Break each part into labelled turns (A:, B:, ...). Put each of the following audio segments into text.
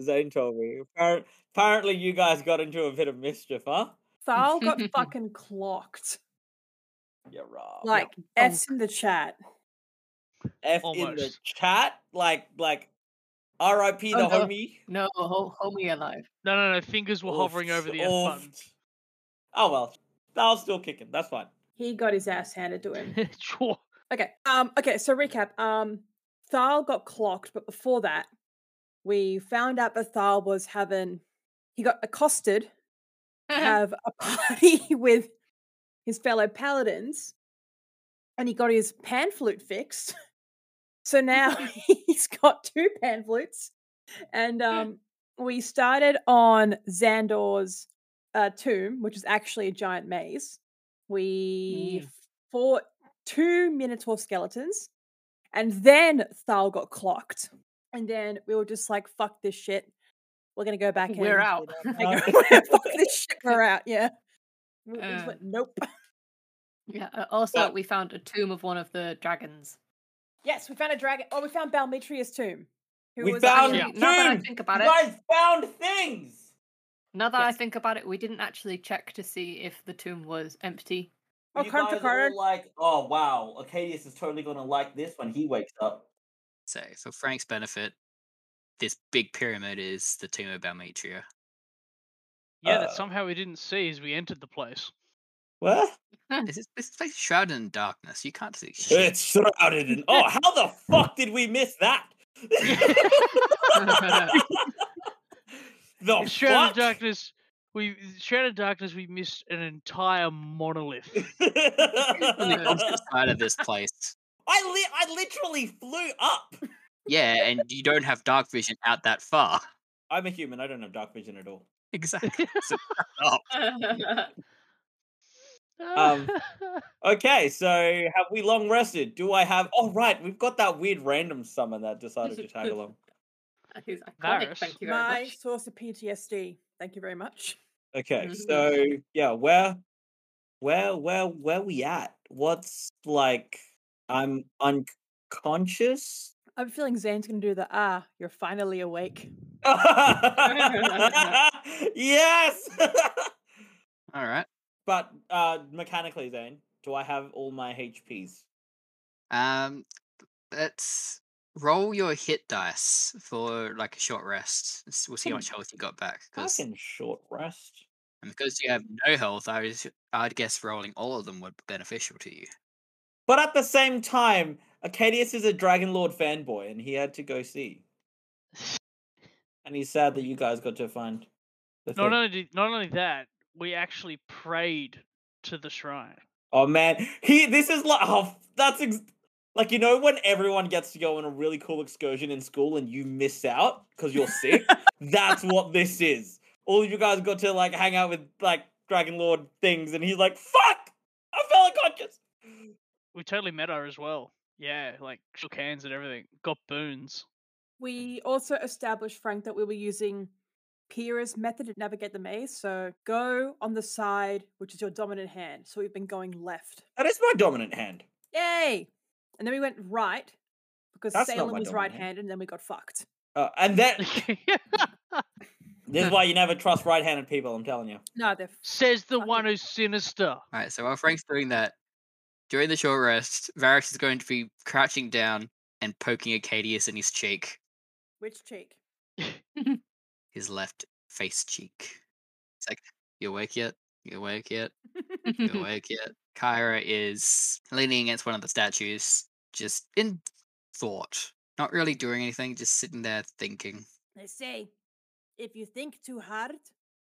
A: Zane told me. Appar- Apparently, you guys got into a bit of mischief, huh?
B: Thal got fucking clocked.
A: Yeah, right.
B: Like F's in the chat.
A: F in the
C: almost.
A: chat, like like R.I.P. the
D: Oh, no.
A: homie.
D: No, ho- homie alive.
C: No, no, no. Fingers
A: Oh,
C: were hovering over the F button.
A: Oof. Oh well, that was still kicking. That's fine.
B: He got his ass handed to him.
C: sure.
B: Okay. Um. Okay. So recap. Um. Thal got clocked, but before that, we found out that Thal was having. He got accosted to have a party with his fellow paladins, and he got his pan flute fixed. So now he's got two pan flutes, and um, we started on Xandor's uh, tomb, which is actually a giant maze. We fought two minotaur skeletons and then thal got clocked and then we were just like fuck this shit we're gonna go back
D: We're
B: and-
D: out.
B: like,
A: Uh,
B: fuck this shit we're out yeah we, we just
D: Uh.
B: went, nope
D: yeah. uh, Also,
A: But-
D: we found a tomb of one of the dragons.
B: yes we found a dragon oh we found balmetria's tomb who
A: We
B: was um,
A: found-
B: actually-
A: Yeah.
D: Actually, Now that I
A: Tomb!
D: think
A: you
D: about it,
A: guys found things.
D: now that I
B: Yes.
D: think about it, we didn't actually check to see if the tomb was empty.
B: Oh,
A: you
B: Contra
A: guys are
B: Card.
A: all like, oh wow, Acadius is totally gonna like this when he wakes up.
E: So, for Frank's benefit, this big pyramid is the tomb of Balmetria.
C: Yeah, that
A: Uh,
C: somehow we didn't see as we entered the place.
A: What?
E: This is this place is shrouded in darkness. You can't see shit.
A: Hmm. It's shrouded in. Oh, how the fuck did we miss that? the
C: In Shroud
A: fuck?
C: of Darkness. We Shroud of Darkness. We missed an entire monolith.
E: On the opposite
A: I
E: side of this place.
A: li- I literally flew up.
E: Yeah, and you don't have dark vision out that far.
A: I'm a human. I don't have dark vision at all.
E: Exactly. So,
C: Ah.
A: Um, Okay, so have we long rested? Do I have? Oh right, we've got that weird random summon that decided to tag along.
D: He's iconic. e-,
C: Varus.
D: Thank you very
B: my
D: much.
B: source of ptsd thank you very much
A: Okay,
D: Mhm.
A: so yeah, where, where, where, where we at? What's like? I'm unconscious.
B: i'm feeling zane's gonna do the ah you're finally awake
A: yes.
E: all right.
A: but uh mechanically, Zane, do I have all my HPs?
E: Um, let's roll your hit dice for like a short rest. Let's- We'll see how
A: Hmm.
E: much health you got back. Because
A: Fucking short rest.
E: and because you have no health, I was, I'd guess rolling all of them would be beneficial to you.
A: But at the same time, Acadius is a Dragon Lord fanboy, and he had to go see. And he's sad that you guys got to find. The
C: not
A: thing.
C: only did, not only that, we actually prayed to the shrine.
A: Oh man, he. This is like. Oh, that's ex- like you know when everyone gets to go on a really cool excursion in school and you miss out because you're sick. that's what this is. All you guys got to like hang out with like Dragon Lord things, and he's like, "Fuck, I fell unconscious."
C: We totally met her as well. Yeah, like shook hands and everything. Got boons.
B: We also established, Frank, that we were using Pyrrha's method to navigate the maze. So go on the side, which is your dominant hand. So we've been going left.
A: That is my dominant hand.
B: Yay! And then we went right because
A: That's not
B: Salem
A: my
B: was
A: dominant
B: right
A: hand.
B: handed and then we got fucked.
A: Uh, and that
C: Says
A: this is why you never trust right-handed people. I'm telling you.
B: No, they're f-
C: the
B: Fuck
C: one
B: it.
C: who's sinister.
E: All right. So while Frank's doing that, during the short rest, Varus is going to be crouching down and poking Acadius in his cheek,
B: which cheek?
E: his left face cheek. It's like, you awake yet? You awake yet? You awake yet? Kyra is leaning against one of the statues, just in thought, not really doing anything, just sitting there thinking.
B: They say if you think too hard,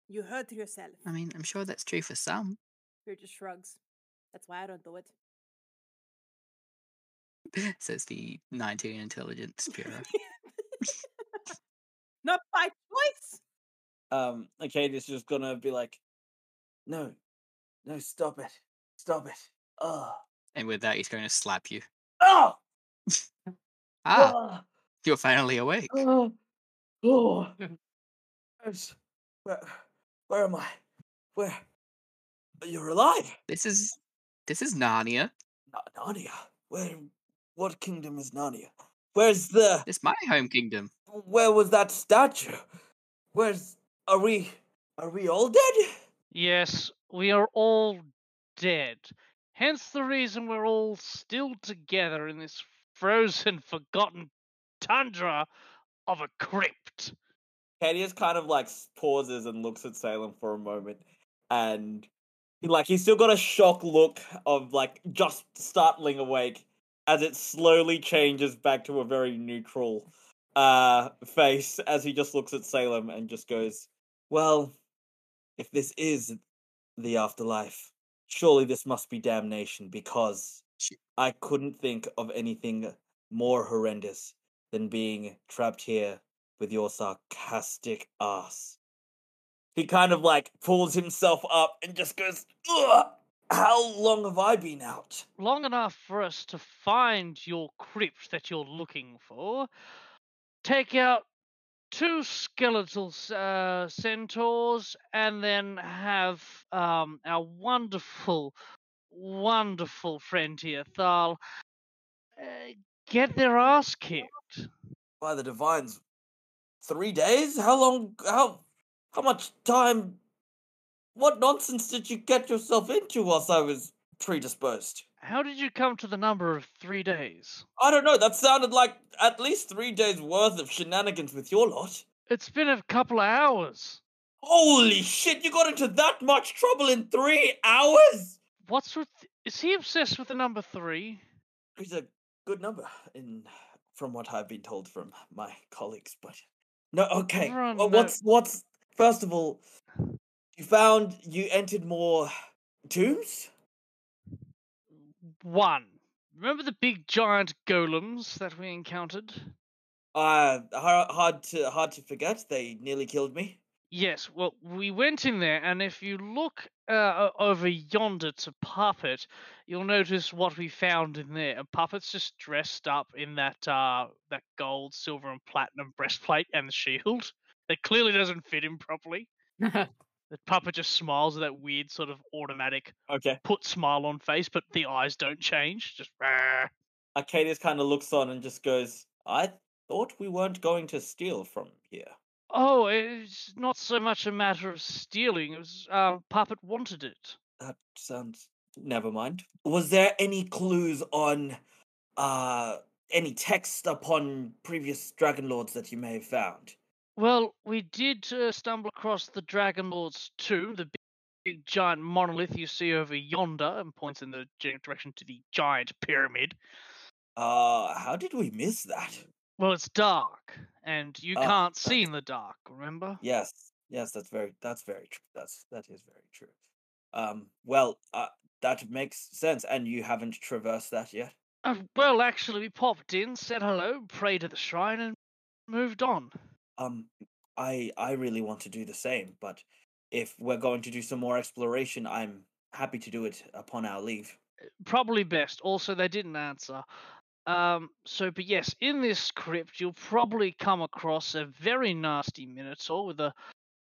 B: you hurt yourself.
E: I mean, I'm sure that's true for some.
B: You're just shrugs. That's why I don't do it.
E: Says the 19 intelligence bureau.
B: Not by choice.
A: um Acadius is just gonna be like, No, no, stop it. Stop it. Oh,
E: and with that, he's going to slap you.
A: oh,
E: Ah, you're finally awake.
A: oh, oh.
D: Mm.
A: I'm s- Where, where am I? Where? You're alive.
E: This is this is Narnia.
A: Na- Narnia. Where? What kingdom is Narnia? Where's the?
E: It's my home kingdom.
A: Where was that statue? Where's are we? Are we all dead?
C: Yes, we are all dead. Hence the reason we're all still together in this frozen, forgotten tundra of a crypt.
A: Cadius kind of like s- pauses and looks at Salem for a moment, and he, like he's still got a shock look of like just startling awake as it slowly changes back to a very neutral uh face as he just looks at Salem and just goes, "Well, if this is the afterlife, surely this must be damnation because
E: Shi-
A: I couldn't think of anything more horrendous than being trapped here with your sarcastic ass. He kind of like pulls himself up and just goes, Ugh, How long have I been out?
C: Long enough for us to find your crypt that you're looking for, take out two skeletal s- uh, centaurs, and then have um, our wonderful, wonderful friend here, Thal, uh, get their ass kicked.
A: By the divines, three days? How long? How? How much time? What nonsense did you get yourself into whilst I was predisposed?
C: How did you come to the number of three days?
A: I don't know. That sounded like at least three days worth of shenanigans with your lot.
C: It's been a couple of hours.
A: Holy shit! You got into that much trouble in three hours.
C: What's with. Is he obsessed with the number three?
A: It's a good number, in from what I've been told from my colleagues. But no, okay.
C: Run,
A: uh,
C: no.
A: What's what's first of all? You found you entered more tombs.
C: One. Remember the big giant golems that we encountered?
A: Uh har- hard to hard to forget. They nearly killed me.
C: Yes, well, we went in there, and if you look uh, o- over yonder to Puppet, you'll notice what we found in there. And Puppet's just dressed up in that uh, that gold, silver, and platinum breastplate and the shield that clearly doesn't fit him properly. The Puppet just smiles with that weird sort of automatic
A: Okay.
C: put smile on face, but the eyes don't change. Just "Rah."
A: Arcadius kind of looks on and just goes, "I thought we weren't going to steal from here."
C: oh, it's not so much a matter of stealing. It was uh, Puppet wanted it.
A: That sounds. Never mind. Was there any clues on, uh, any text upon previous dragon lords that you may have found?
C: Well, we did uh, stumble across the Dragon Lord's tomb, the big, big giant monolith you see over yonder, and points in the gen- direction to the giant pyramid.
A: Uh, how did we miss that?
C: Well, it's dark, and you
A: Ah,
C: can't
A: that's-
C: see in the dark. Remember?
A: Yes, yes, that's very, that's very true. That's that is very true. Um, well, uh, that makes sense. And you haven't traversed that yet.
C: Uh, well, actually, we popped in, said hello, prayed at the shrine, and moved on.
A: Um, I I really want to do the same, but if we're going to do some more exploration, I'm happy to do it upon our leave.
C: probably best. Also, they didn't answer. Um, so, but yes, in this crypt, you'll probably come across a very nasty minotaur with a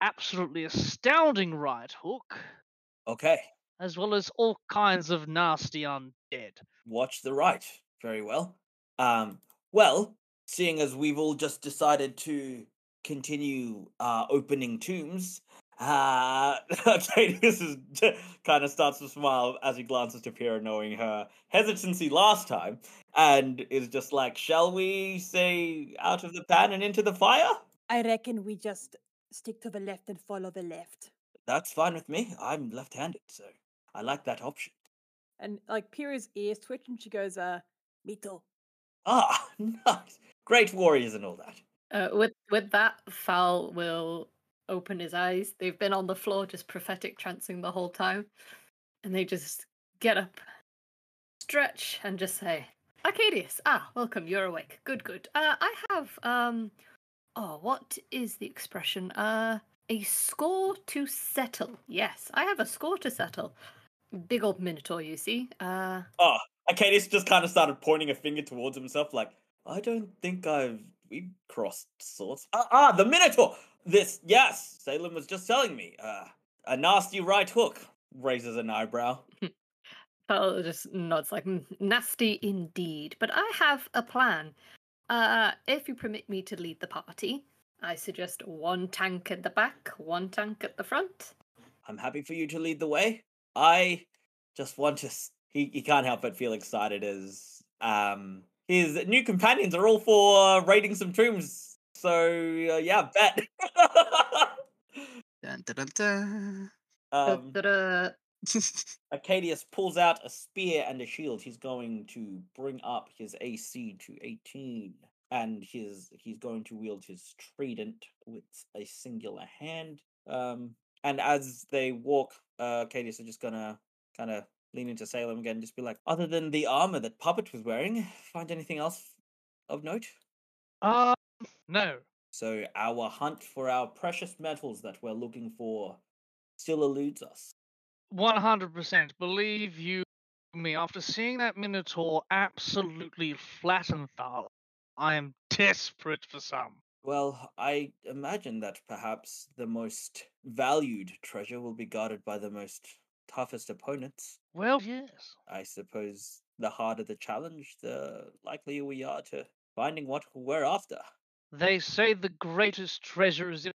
C: absolutely astounding right hook,
A: Okay.
C: as well as all kinds of nasty undead.
A: watch the right. Very well. Um, well, seeing as we've all just decided to continue uh, opening tombs, uh, Octavius is kind of starts to smile as he glances to Pyrrha, knowing her hesitancy last time, and is just like, "Shall we say out of the pan and into the fire?"
B: I reckon we just stick to the left and follow the left.
A: That's fine with me. I'm left-handed, so I like that option.
B: And like Pyrrha's ears twitch and she goes, uh, me too.
A: Ah, nice. Great warriors and all that.
D: Uh, with with that, Fowl will open his eyes. They've been on the floor just prophetic trancing the whole time, and they just get up, stretch, and just say, "Arcadius, ah, welcome. You're awake. Good, good. Uh, I have um, oh, what is the expression? Uh, a score to settle. Yes, I have a score to settle. Big old minotaur, you see. Uh,
A: Arcadius just kind of started pointing a finger towards himself, like, I don't think I've. We've crossed swords. Ah, ah, the Minotaur! This, yes, Salem was just telling me. Uh, a nasty right hook raises an eyebrow.
D: Pearl Oh, just nods like "Mm, nasty indeed. But I have a plan. Uh, if you permit me to lead the party, I suggest one tank at the back, one tank at the front.
A: I'm happy for you to lead the way. I just want to. s- He, he can't help but feel excited as um his new companions are all for raiding some tombs. So uh, yeah, bet.
E: Dun, dun, dun, dun.
A: um,
D: Da-da-da.
A: Acadius pulls out a spear and a shield. He's going to bring up his AC to 18, and his he's going to wield his trident with a singular hand. Um, and as they walk, uh, Acadius is just gonna kind of lean into Salem again, and just be like, "Other than the armor that Puppet was wearing, find anything else of note?"
C: Um, no.
A: So our hunt for our precious metals that we're looking for still eludes us.
C: 100% believe you me after seeing that minotaur absolutely flatten Tharl, i am desperate for some
A: Well, I imagine that perhaps the most valued treasure will be guarded by the most toughest opponents.
C: well yes
A: I suppose the harder the challenge, the likelier we are to finding what we're after.
C: they say the greatest treasure is in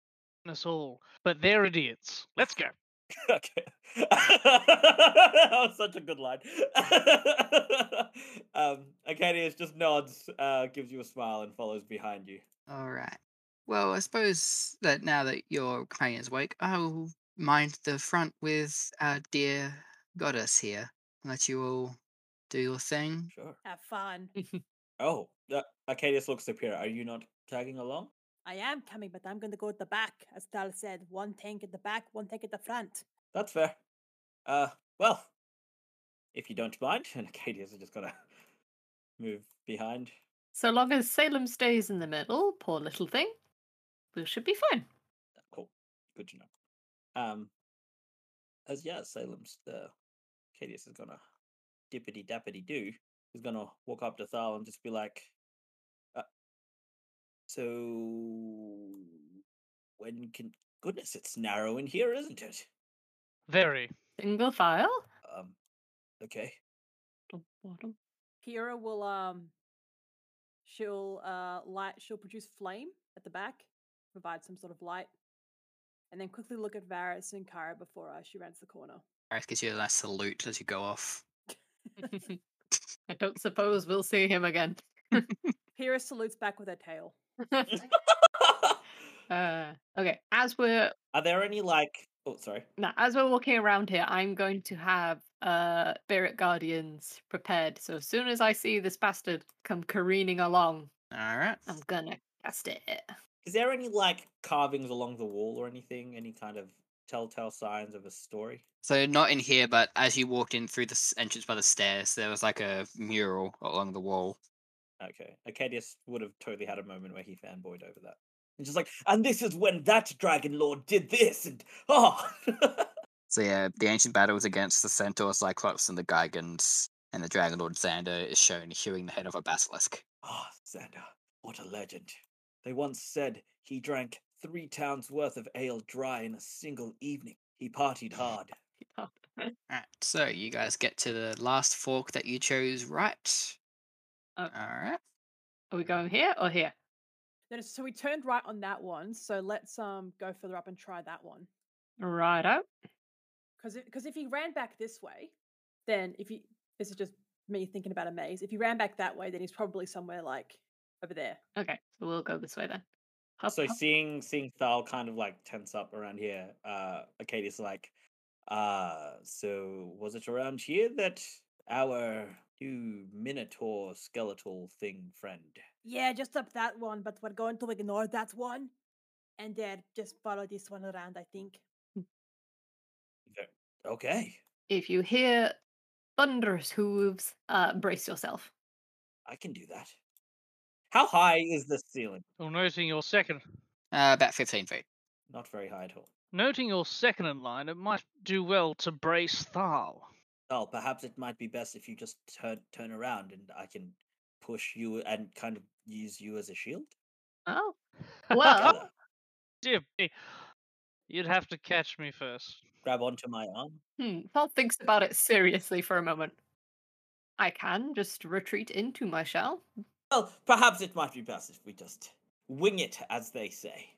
C: us all but they're idiots let's go
A: okay. that was such a good line. um, Acadius just nods, uh, gives you a smile, and follows behind you.
E: All right. Well, I suppose that now that your companion is awake, I'll mind the front with our dear goddess here. and Let you all do your thing.
A: Sure.
B: Have fun.
A: Oh, uh, Acadius looks superior. Are you not tagging along?
B: I am coming, but I'm going to go at the back, as Tal said. One tank at the back, one tank at the front.
A: That's fair. Uh, well, if you don't mind, and Acadius is just gonna move behind.
D: So long as Salem stays in the middle, poor little thing, we should be fine.
A: Cool, good to know. Um, as yeah, Salem's uh, Acadius is gonna dippity dappity do. He's gonna walk up to Thal and just be like, uh, "So when can? Goodness, it's narrow in here, isn't it?
C: very
D: Single file.
A: Um, okay,
D: Dum, ba, dum.
B: Kira will um she'll uh light she'll produce flame at the back, provide some sort of light, and then quickly look at Varus and Kara before uh, she runs the corner.
E: Aris gives you a nice salute as you go off.
D: I don't suppose we'll see him again.
B: Kira salutes back with her tail.
D: uh, okay, as we're
A: are there any like? Oh, sorry.
D: now, as we're walking around here, I'm going to have uh Spirit Guardians prepared. So as soon as I see this bastard come careening along,
E: All right.
D: I'm gonna cast it.
A: Is there any like carvings along the wall or anything? Any kind of telltale signs of a story?
E: So not in here, but as you walked in through this entrance by the stairs, there was like a mural along the wall.
A: Okay. Acadius would have totally had a moment where he fanboyed over that. And just like, and this is when that dragon lord did this and oh
E: So yeah, the ancient battles against the Centaur, Cyclops, and the Gigans, and the Dragon Lord Xander is shown hewing the head of a basilisk.
A: Ah, Xander, what a legend. They once said he drank three towns worth of ale dry in a single evening. He partied hard.
E: Alright, so you guys get to the last fork that you chose, right?
D: Oh.
E: Alright.
D: Are we going here or here?
B: Then so we turned right on that one. So let's um go further up and try that one.
D: Right up.
B: Because because if he ran back this way, then if he this is just me thinking about a maze. If he ran back that way, then he's probably somewhere like over there.
D: Okay, so we'll go this way then. Hop,
A: so
D: hop.
A: seeing seeing Thal kind of like tense up around here, uh Acadius is like, uh, so was it around here that our new Minotaur skeletal thing friend?
B: Yeah, just up that one, but we're going to ignore that one. And then just follow this one around, I think.
A: Okay.
D: If you hear thunderous hooves, uh, brace yourself.
A: I can do that. How high is the ceiling?
C: well, noting your second
E: Uh, about 15 feet.
A: Not very high at all.
C: noting your second in line it might do well to brace Tharl.
A: Thal, "Oh, perhaps it might be best if you just turn turn around and I can push you and kind of use you as a shield.
D: Oh,
A: Tell
D: well,
A: her,
C: dear me you'd have to catch me first
A: Grab onto my arm.
D: hmm, Paul thinks about it seriously for a moment. I can just retreat into my shell.
A: Well, perhaps it might be best if we just Wing it, as they say.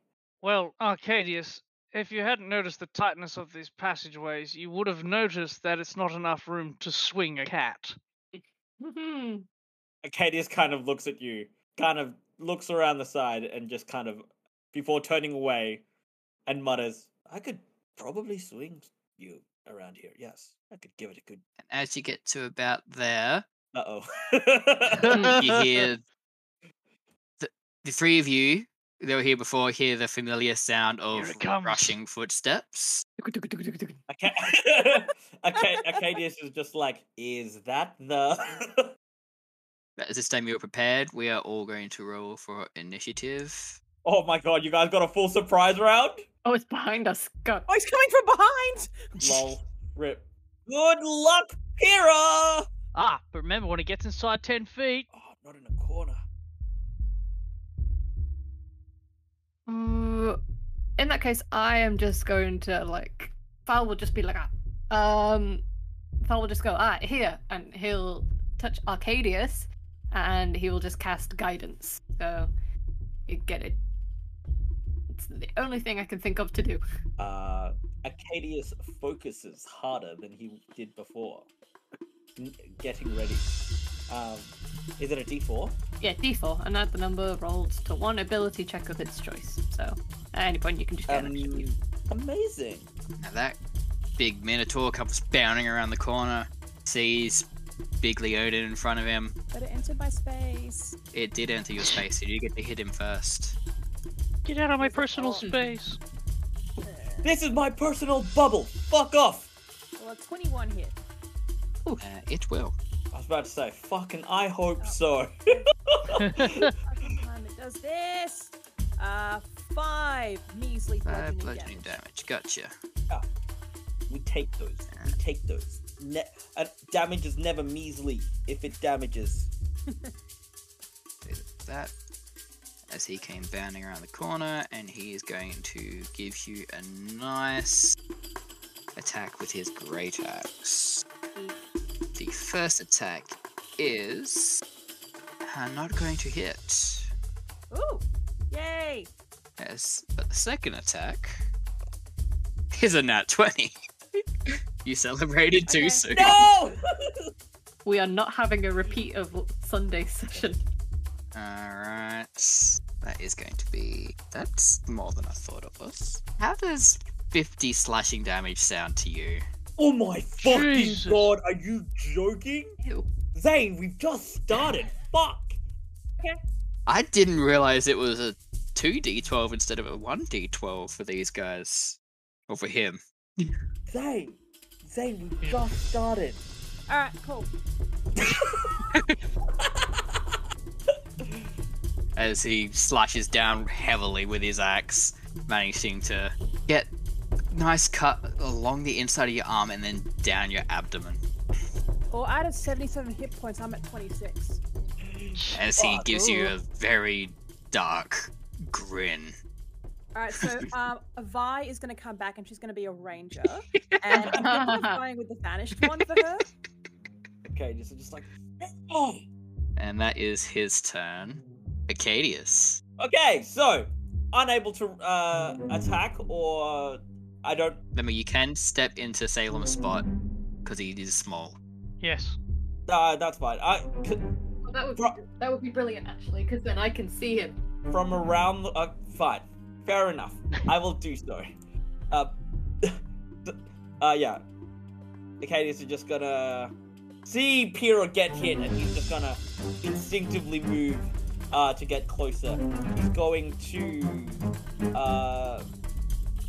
C: Well, Arcadius, if you hadn't noticed the tightness of these passageways, you would have noticed that it's not enough room to swing a cat.
D: Mhm.
A: Acadius kind of looks at you, kind of looks around the side, and just kind of, before turning away, and mutters, I could probably swing you around here. Yes, I could give it a good.
E: And as you get to about there,
A: Uh oh.
E: you hear the, the three of you that were here before hear the familiar sound of
C: it comes.
E: rushing footsteps.
A: okay. okay. Acadius is just like, is that the.
E: But At this time, you're prepared. We are all going to roll for initiative.
A: oh my god, you guys got a full surprise round?
D: Oh, it's behind us. God.
B: Oh, he's coming from behind.
A: Lol. Rip. Good luck, Kira!
C: Ah, but remember when it gets inside ten feet.
A: Oh, not in a corner.
D: Uh, In that case, I am just going to like. Fowl will just be like, ah. Um, Fowl will just go, ah, here. And he'll touch Arcadius and he will just cast guidance. So, you get it. It's the only thing I can think of to do.
A: uh, Acadius focuses harder than he did before. N- getting ready. Um, is it a D4?
D: Yeah, d4, and add the number rolled to one ability check of its choice. So, at any point, you can just get an extra few.
A: Um, amazing.
E: Now that big minotaur comes bounding around the corner, sees big Leodin in front of him.
B: But it entered my space.
E: It did enter your space, so you get to hit him first.
C: Get out of my
B: Where's the
C: personal
B: ball?
C: space.
A: This is my personal bubble. Fuck off.
B: Well, a 21 hit.
E: Uh, it will.
A: I was about to say, fucking, I hope so.
B: Fucking time it does this. Uh, five measly
E: Uh,
B: bludgeoning
E: bludgeoning
B: damage.
E: damage. Gotcha.
A: we take those. We take those. Ne- uh, damage is never measly if it damages.
E: Is that as he came bounding around the corner and he is going to give you a nice attack with his great axe the first attack is uh, not going to hit
B: Ooh! Yay!
E: yes but the second attack is a nat 20 you celebrated too
B: Okay.
E: soon
A: No!
D: We are not having a repeat of Sunday session.
E: all right that is going to be that's more than i thought it was how does 50 slashing damage sound to you
A: oh my fucking
C: Jesus.
A: god, are you joking?
E: Ew.
A: Zane, we've just started. Fuck.
E: I didn't realize it was a 2d12 instead of a 1d12 for these guys. Or for him.
A: Zane, Zane, we
C: Yeah.
A: just started.
B: Alright, cool.
E: As he slashes down heavily with his axe, managing to get nice cut along the inside of your arm and then down your abdomen.
B: Well, out of 77 hit points, I'm at 26.
E: As he
A: Fuck.
E: gives you a very dark grin.
B: Alright, so um, Vi is going to come back and she's going to be a ranger. and I'm definitely going with the vanished one for her.
A: Okay, just just like oh.
E: And that is his turn. Acadius.
A: Okay, so unable to uh, attack or I don't.
E: Remember, you can step into Salem's spot because he is small.
C: yes.
A: Uh, that's fine. I c-
D: That would
A: be-
D: that would be brilliant actually, because then I can see him.
A: from around the uh, fine. Fair enough. I will do so. Uh, uh yeah. Acadius is just gonna see Pyrrha get hit, and he's just gonna instinctively move uh, to get closer. He's going to, uh,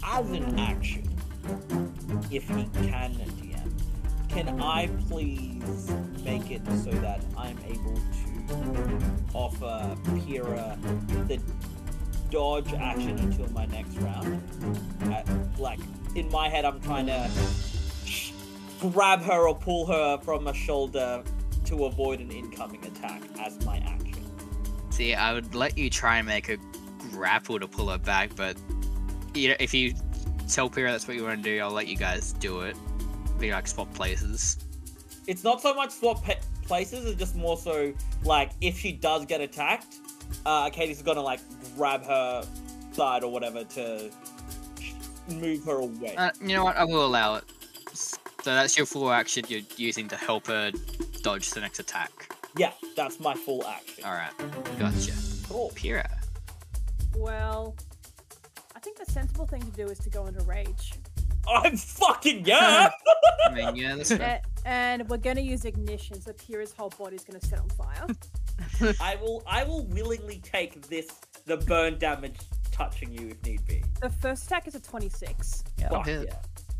A: as an action, if he can, DM, can I please make it so that I'm able to offer Pyrrha the dodge action until my next round? I, like, in my head, I'm trying to sh- grab her or pull her from a shoulder to avoid an incoming attack as my action.
E: See, I would let you try and make a grapple to pull it back, but you know, if you tell Pyrrha that's what you want to do, I'll let you guys do it. We like swap places.
A: It's not so much swap pe- places, it's just more so like if she does get attacked, uh, Katie's gonna like grab her side or whatever to move her away.
E: Uh, you know what? I will allow it. So that's your full action you're using to help her dodge the next attack.
A: yeah, that's my full action.
E: All right, gotcha.
A: Cool.
E: Pyrrha.
B: Well, I think the sensible thing to do is to go into rage.
A: I'm fucking yeah.
E: I mean, yeah, that's right.
B: A- and we're going to use ignition, so Pyrrha's whole body's going to set on fire.
A: I will. I will willingly take this. The burn damage touching you if need be.
B: the first attack is a 26.
E: Yeah, I'll
A: Fuck
E: hit.
A: yeah.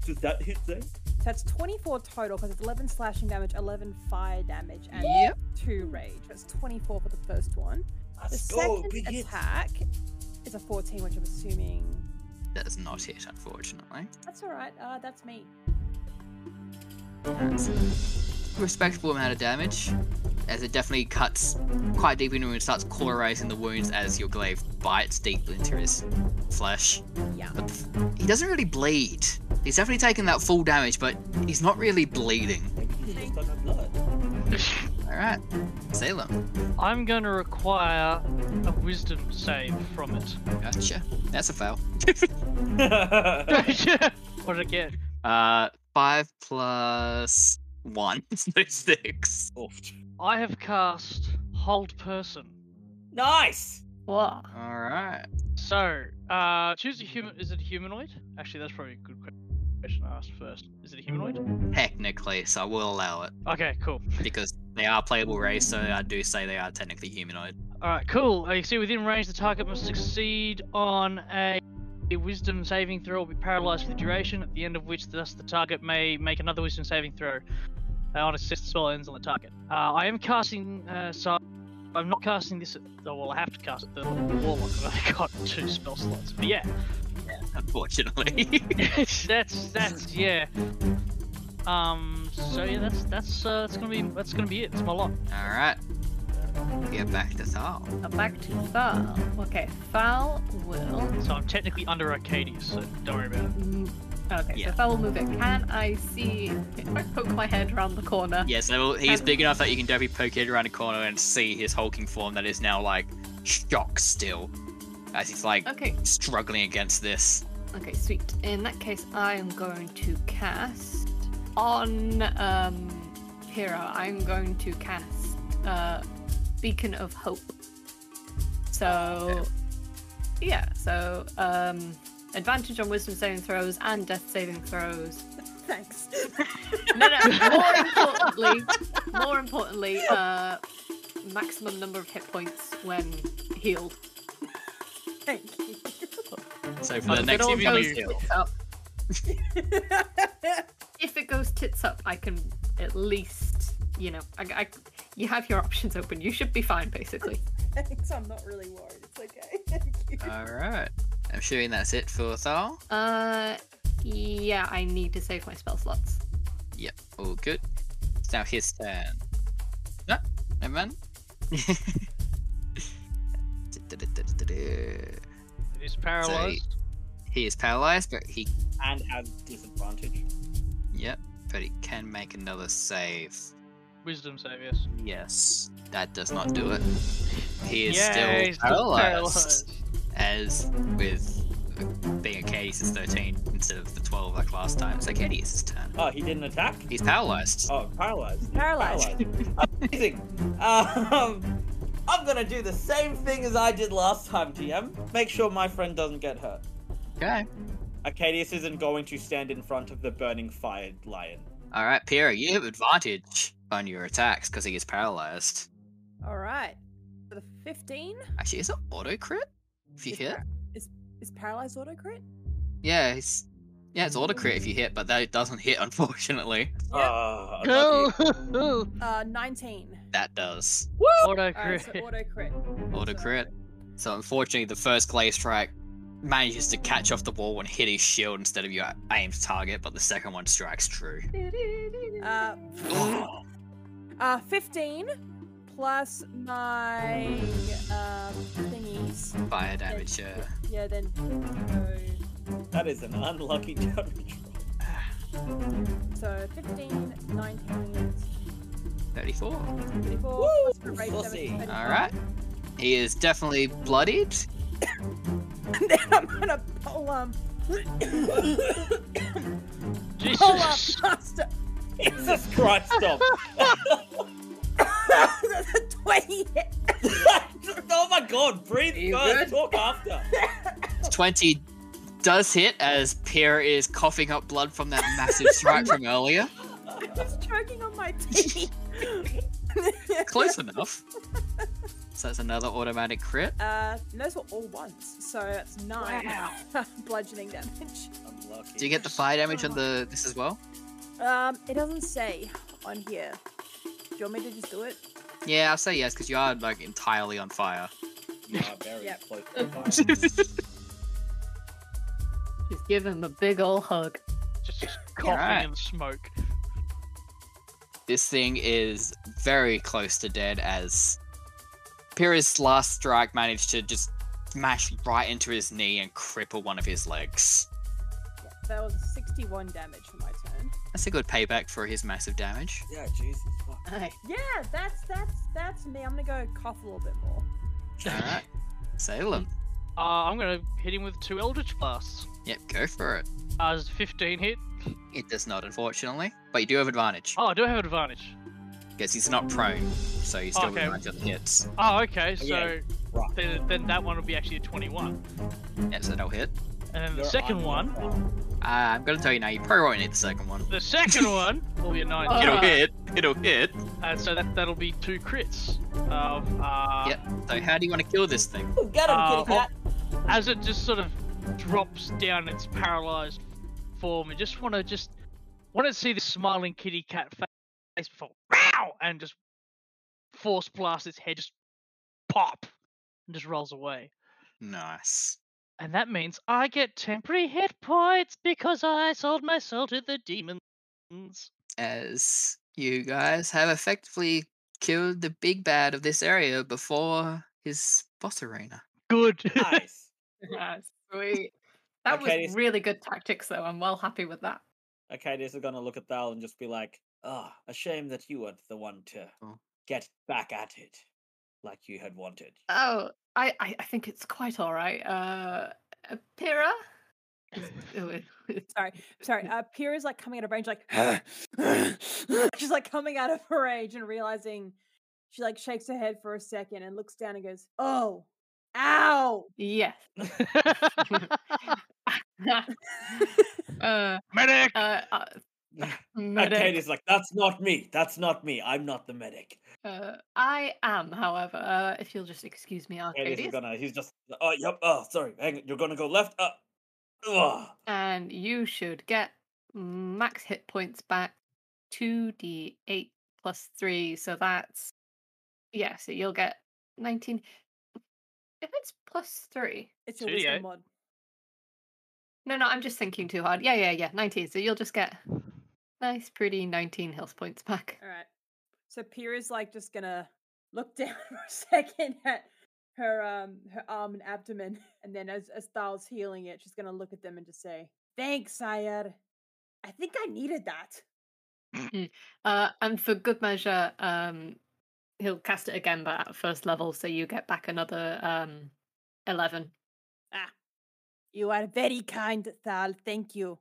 A: Does that hit thing?
B: So that's 24 total because it's 11 slashing damage, 11 fire damage, and
E: Yep.
B: 2 rage. That's 24 for the first one. The
A: Let's go.
B: second
A: Big hit.
B: attack is a 14, which I'm assuming.
E: That is not hit, unfortunately.
B: That's alright, uh, that's me.
E: That's a respectable amount of damage, as it definitely cuts quite deep into him and starts cauterizing the wounds as your glaive bites deep into his flesh.
B: Yeah.
E: But th- he doesn't really bleed. He's definitely taken that full damage, but he's not really bleeding.
A: Maybe you just don't have blood.
E: All right, Salem,
C: I'm going to require a wisdom save from it.
E: gotcha. That's a fail.
C: what did I get?
E: Uh, five plus one, so six.
A: Oof.
C: I have cast Hold Person.
A: Nice.
D: What?
E: All right.
C: So, uh, choose a human. Is it a humanoid? Actually, that's probably a good que- question I asked first. Is it a humanoid?
E: Technically, so I will allow it
C: Okay, cool.
E: because they are playable race, so I do say they are technically humanoid.
C: All right, cool. Uh, you see, within range, the target must succeed on a a Wisdom saving throw or be paralyzed for the duration. At the end of which, thus the target may make another Wisdom saving throw. Uh, on a success, the spell ends on the target. Uh, I am casting, uh, so I'm not casting this. At, oh, well, I have to cast it. The warlock. I've only got two spell slots. But yeah,
E: Unfortunately,
C: that's that's yeah. Um. So yeah, that's that's uh, that's gonna be that's gonna be it. It's my lot.
E: all right. Get back to Thal.
D: Uh, Back to Val. Okay, Val will.
C: So I'm technically under Arcadia, so don't worry about it.
D: Mm, Okay,
E: Yeah.
D: so Val will move it. Can I see? Can I poke my head around the corner?
E: Yeah, so he's
D: Um,
E: big enough that you can definitely poke it around a corner and see his hulking form that is now like shock still, as he's like
D: Okay.
E: struggling against this.
D: Okay, sweet. In that case, I am going to cast on um, Hero. I'm going to cast uh, Beacon of Hope. So, yeah. So, um, advantage on Wisdom saving throws and Death saving throws.
B: Thanks.
D: No, no. More importantly, more importantly, uh, maximum number of hit points when healed.
B: Thank you.
E: So for
C: Oh,
E: the
C: if it
E: next
C: all
E: few
C: goes
E: minutes,
D: Tits up. if it goes tits up, I can at least, you know, I, I- you have your options open. You should be fine, basically.
B: Thanks, I'm not really worried. It's okay. Thank you.
E: All right. I'm assuming that's it for Thal.
D: Uh, yeah, I need to save my spell slots.
E: Yep, all good. It's now his turn. No, no man.
C: It is paralyzed.
E: he is paralyzed, but he
A: And has disadvantage.
E: yep, but he can make another save.
C: Wisdom save, yes.
E: Yes, that does not do it. He is
C: Yay,
E: still paralyzed, as with being Acades is 13 instead of the 12 like last time. So Acades is turn.
A: Oh, he didn't attack.
E: He's paralyzed.
A: Oh, paralyzed.
B: Paralyzed.
A: Amazing. Um, I'm gonna do the same thing as I did last time, TM. Make sure my friend doesn't get hurt.
E: Okay.
A: Arcadius isn't going to stand in front of the burning fired lion.
E: All right, Pierre, you have advantage on your attacks because he is paralyzed.
B: All right. For the 15
E: Actually, is it auto crit? If you
B: Is
E: hit?
B: par- is, is paralyzed auto crit?
E: Yeah, it's yeah, it's auto crit if you hit, but that doesn't hit unfortunately.
A: Ah, I'm lucky.
C: Go!
B: Uh, 19.
E: That does.
C: Auto
B: All right,
C: crit.
B: so auto crit.
E: Auto
B: So-
E: crit. So unfortunately the first glaze strike manages to catch off the wall and hit his shield instead of your aimed target, but the second one strikes true.
B: Uh, uh, 15 plus my um, thingies.
E: Fire damage, uh,
B: Yeah, then. So,
A: That is an unlucky damage
B: so 15, 19,
E: 34.
B: 24.
A: Woo,
B: plus my rage damage,
A: saucy.
B: 35.
E: Alright. He is definitely bloodied
B: and then I'm gonna pull um pull up
C: Jesus.
B: faster.
A: Jesus Christ, stop.
B: That's a twenty hit.
A: oh my god, breathe
D: You
A: first,
D: good?
A: talk after.
E: 20 does hit as Pierre is coughing up blood from that massive strike from earlier.
B: He's choking on my teeth.
E: Close enough. So that's another automatic crit.
B: Uh, and those were all ones, so that's nine bludgeoning damage.
A: I'm lucky.
E: Do you get the fire damage on the this as well?
B: Um, it doesn't say on here. Do you want me to just do it?
E: Yeah, I'll say yes because you are like entirely on fire.
A: You are very
B: Yep.
A: close to fire.
D: Just give him a big ol' hug.
C: Just, just coughing
E: Alright.
C: and smoke.
E: This thing is very close to dead as Pierre's last strike managed to just smash right into his knee and cripple one of his legs.
B: Yeah, that was 61 damage for my turn.
E: That's a good payback for his massive damage.
A: Yeah, Jesus. fuck.
D: Aye.
B: Yeah, that's that's that's me. I'm gonna go cough a little bit more.
E: Alright. Salem.
C: Uh, I'm gonna hit him with two Eldritch Blasts.
E: Yep, go for it.
C: Uh, does 15 hit?
E: It does not, unfortunately. But you do have advantage.
C: Oh, I do have an advantage.
E: Because he's not prone, so you still
C: Okay.
E: have advantage on the hits.
C: Oh, okay, so
A: Right.
C: then, then that one will be actually a 21.
E: Yep, so that'll hit.
C: And then the
A: Your
C: second
A: eyes are
C: one,
A: fine.
E: Uh, I'm gonna tell you now, you probably won't hit the second one. Ah.
C: the second one will be a 19.
E: Oh.
D: It'll hit.
E: It'll hit.
C: And so that, that'll be two crits. Of, uh,
E: Yep. So how do you want to kill this thing?
B: Ooh, get him,
C: Uh,
B: kitty cat.
C: as it just sort of drops down its paralyzed form, I just want to just want to see this smiling kitty cat fa- face before wow, and just force blast its head, just pop, and just rolls away.
E: Nice.
C: And that means I get temporary hit points because I sold my soul to the demons.
E: As you guys have effectively killed the big bad of this area before his boss arena.
C: Good.
A: Nice.
D: Yeah, sweet. That
A: Okay,
D: was
A: so-
D: really good tactics, though. I'm well happy with that.
A: Okay, this is gonna look at Thal and just be like, ah, a shame that you weren't the one to
E: Oh.
A: get back at it like you had wanted.
D: Oh, I, I, I think it's quite all right. Uh, uh, Pyrrha? oh,
B: Sorry, sorry. Uh, Pierre is like coming out of range, like she's like coming out of her rage and realizing she like shakes her head for a second and looks down and goes, "Oh, ow!"
D: yes. uh,
C: Medic.
D: uh, uh,
A: And
D: medic.
A: Katie's like, that's not me. That's not me. I'm not the medic.
D: Uh, I am, however, uh, if you'll just excuse me,
A: Katie's
D: Arcadius,
A: gonna, he's just, oh, yep, oh, sorry. Hang on. You're gonna go left. Uh, ugh.
D: and you should get max hit points back 2d8 plus 3, so that's. Yeah, so you'll get 19. If it's plus 3.
B: It's your
C: See ya.
B: wisdom mod.
D: No, no, I'm just thinking too hard. Yeah, yeah, yeah, 19, so you'll just get nice, pretty 19 health points back.
B: All right. So Pierre is like just gonna look down for a second at her um her arm and abdomen, and then as as Thal's healing it, she's gonna look at them and just say, "Thanks, Sayed. I think I needed that."
D: Uh, and for good measure, um, he'll cast it again, but at first level, so you get back another um, 11.
B: You are very kind, Thal. Thank you.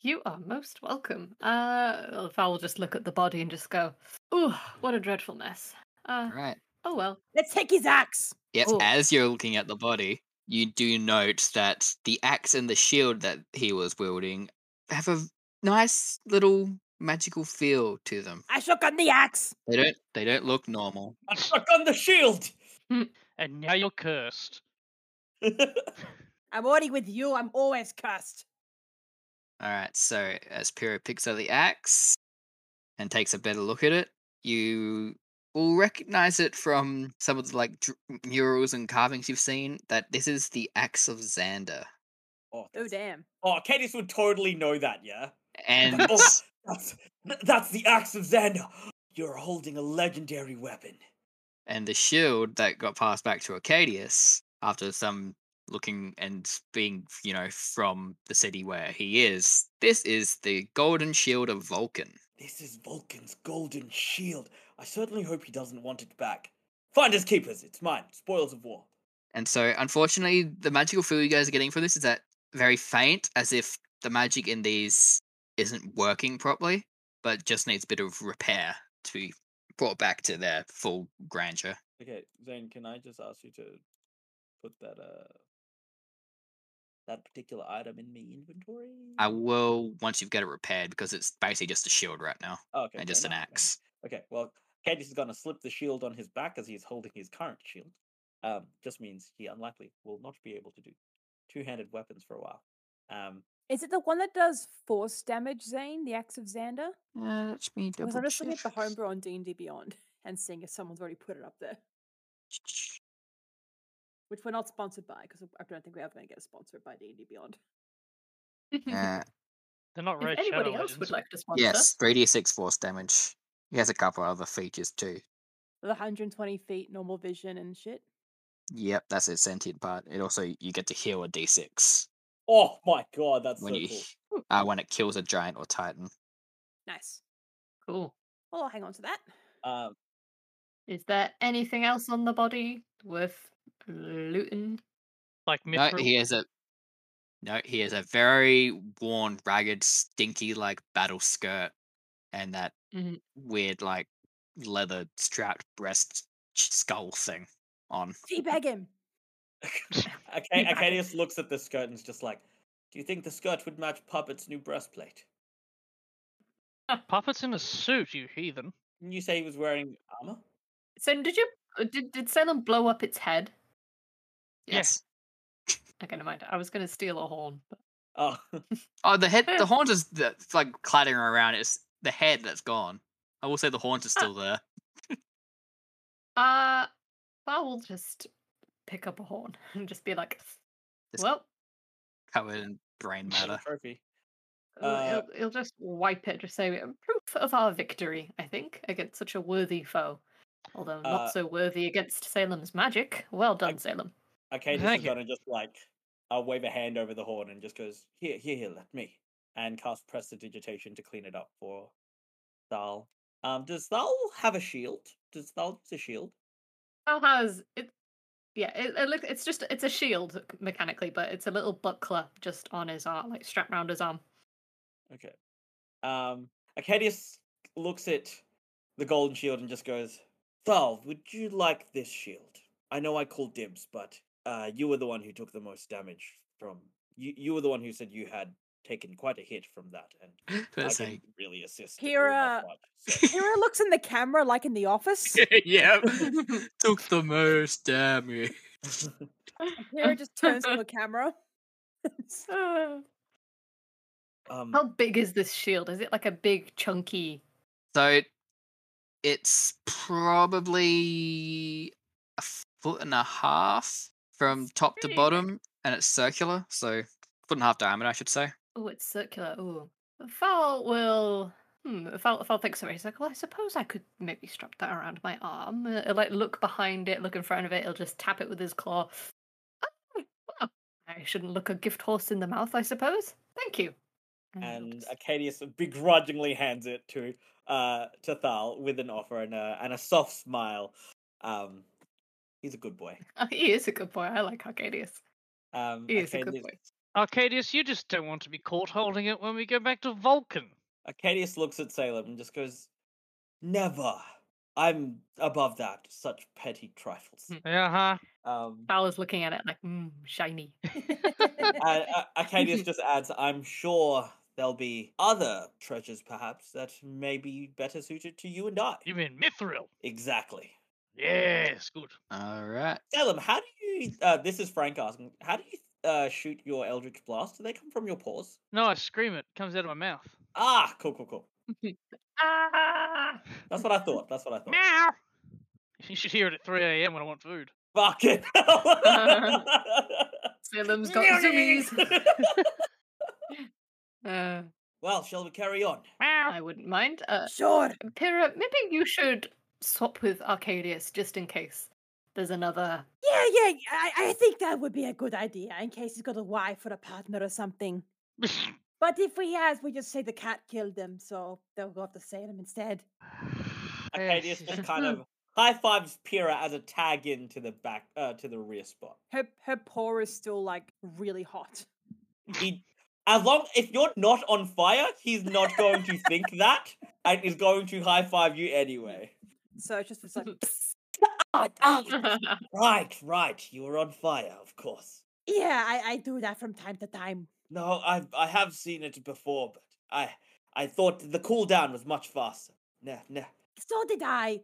D: You are most welcome. Uh, well, if I will just look at the body and just go, "Ooh, what a dreadful mess." Uh,
E: Alright.
D: oh well.
B: Let's take his axe.
E: Yes,
D: Oh.
E: as you're looking at the body, you do note that the axe and the shield that he was wielding have a nice little magical feel to them.
B: I shook on the axe.
E: They don't they don't look normal.
A: I stuck on the shield.
C: and now you're cursed.
B: I'm already with you. I'm always cursed.
E: All right, so as Pyrrha picks up the axe and takes a better look at it, you will recognize it from some of the like dr- murals and carvings you've seen that this is the axe of Xander.
A: oh,
B: Oh
A: that's-
B: damn.
A: oh, Katie's would totally know that, yeah?
E: And
A: Oh. That's, th- that's the axe of Xander. You're holding a legendary weapon.
E: and the shield that got passed back to Arcadius after some looking and being, you know, from the city where he is. This is the golden shield of Vulcan.
A: This is Vulcan's golden shield. I certainly hope he doesn't want it back. Find his keepers. It's mine. Spoils of war.
E: And so, unfortunately, the magical feel you guys are getting from this is that very faint, as if the magic in these isn't working properly, but just needs a bit of repair to be brought back to their full grandeur.
A: Okay, Zane, can I just ask you to put that uh that particular item in my inventory?
E: I
B: Mm-hmm.
E: will once you've got it repaired because it's basically just a shield right now
A: Oh, okay,
E: and
A: fair
E: just an
A: enough, fair enough.
E: axe.
A: Okay, well, Cadis is going to slip the shield on his back as he is holding his current shield. Um, just means he unlikely will not be able to do two-handed weapons for a while. Um,
B: Is it the one that does force damage, Zane? The Axe of Xander?
E: Yeah, that's me.
B: Because I'm just looking at the homebrew on D and D Beyond and seeing if someone's already put it up there, which we're not sponsored by because I don't think we're ever going to get sponsored by D and D Beyond.
C: They're not
D: if
C: red
D: anybody
C: shadow
D: else
C: legends.
D: would like to sponsor,
E: Uh, yes, three d six force damage. He has a couple other features too.
B: The 120 feet normal vision and shit.
E: Yep, that's its sentient part. It also you get to heal a d six
A: oh my god, that's
E: when
A: so
E: you
A: cool.
E: uh, when it kills a giant or titan.
B: Nice.
D: cool.
B: Well, I'll hang on to that.
A: Um,
D: Is there anything else on the body worth looting?
C: Like
E: No,
C: mithril.
E: he has a no. He has a very worn, ragged, stinky like battle skirt, and that
D: Mhm.
E: weird like leather strapped breast ch- skull thing on.
B: Teabag him.
A: okay,
D: Yeah.
A: Acadius looks at the skirt and is just like, "Do you think the skirt would match Puppet's new breastplate?"
C: Puppets in a suit, you heathen.
A: Didn't you say he was wearing armor?
D: Sen, did you uh, did did Senon blow up its head?
C: Yeah.
D: Okay, never mind. I was gonna steal a horn, but
A: Oh,
E: Oh, the head,
D: Yeah.
E: the horns is the, it's, like clattering around. It's the head that's gone. I will say the horns are still there.
D: uh, I will just pick up a horn and just be like,
E: Just
D: well,
E: covered in brain matter.
A: trophy.
D: uh,
A: Uh,
D: he'll, he'll just wipe it. Just say "Uh, proof of our victory. I think against such a worthy foe, although
A: Uh,
D: not so worthy against Salem's magic. Well done, Salem.
A: Arcadius
C: Thank
A: is
C: you.
A: going to just like uh, wave a hand over the horn and just goes, here, here, here, let me. And cast Prestidigitation to clean it up for Thal. Um, does Thal have a shield? Does Thal use a shield?
D: How has it? Yeah, it, it look, it's just it's a shield mechanically, but it's a little buckler just on his arm, like strapped round his arm.
A: Okay. Um, Arcadius looks at the golden shield and just goes, Thal, would you like this shield? I know I called dibs, but uh, you were the one who took the most damage from. You, you were the one who said you had taken quite a hit from that, and I
E: That's
A: didn't really assist. all that
B: Kira-
A: much, so-
B: Kira looks in the camera like in the office.
E: yeah, took the most damage.
B: Kira just turns to the camera.
D: Ah.
A: Um,
D: How big is this shield? Is it like a big chunky?
E: So it's probably a foot and a half from top to
D: pretty big.
E: bottom, and it's circular, so foot and a half diameter, I should say.
D: Oh, it's circular. Oh, Fowl will. Hmm. Fowl, Fowl thinks about it. He's like, well, I suppose I could maybe strap that around my arm. Uh, like look behind it, look in front of it. He'll just tap it with his claw. Oh, well, I shouldn't look a gift horse in the mouth, I suppose. Thank you. Mm, he'll
A: and
D: just-
A: Arcadius begrudgingly hands it to uh to Thal with an offer and a and a soft smile. Um, he's a good boy.
D: he is a good boy. I like Arcadius.
A: Um,
D: He is a good
A: Arcadius-
D: boy.
C: Arcadius, you just don't want to be caught holding it when we go back to Vulcan.
A: Arcadius looks at Salem and just goes, "Never. I'm above that. Such petty trifles."
D: Hmm.
C: Uh huh.
A: Um,
D: Fowl is looking at it like, mm, shiny.
A: and, uh, Arcadius just adds, "I'm sure." There'll be other treasures, perhaps, that may be better suited to you and I.
C: You mean mithril?
A: Exactly.
C: Yes, good.
E: All right.
A: Salem, how do you? Uh, this is Frank asking. How do you uh, shoot your Eldritch Blast? Do they come from your paws?
C: No, I scream it. Comes out of my mouth.
A: Ah, cool, cool, cool.
D: ah!
A: That's what I thought. That's what I thought.
C: Meow. You should hear it at 3 a.m. when I want food.
A: Fuck it.
D: Salem's got zoomies. Uh,
A: well, shall we carry on?
C: Meow.
D: I wouldn't mind. Uh,
B: Sure.
D: Pyrrha, maybe you should swap with Arcadius just in case there's another.
B: Yeah, yeah. yeah, I, I think that would be a good idea in case he's got a wife or a partner or something. But if he has, we just say the cat killed him, so they'll go after Salem instead.
A: Arcadius
C: Yes,
A: just
C: yes.
A: kind of high fives Pyrrha as a tag in to the back uh, to the rear spot.
B: Her her paw is still like really hot.
A: He, as long if you're not on fire, he's not going to think that and is going to high five you anyway.
B: So it's just it's like "Psst."
A: Right, right. You were on fire, of course.
B: yeah, I, I do that from time to time.
A: No, I I have seen it before, but I I thought the cooldown was much faster. Nah, nah.
B: So did I.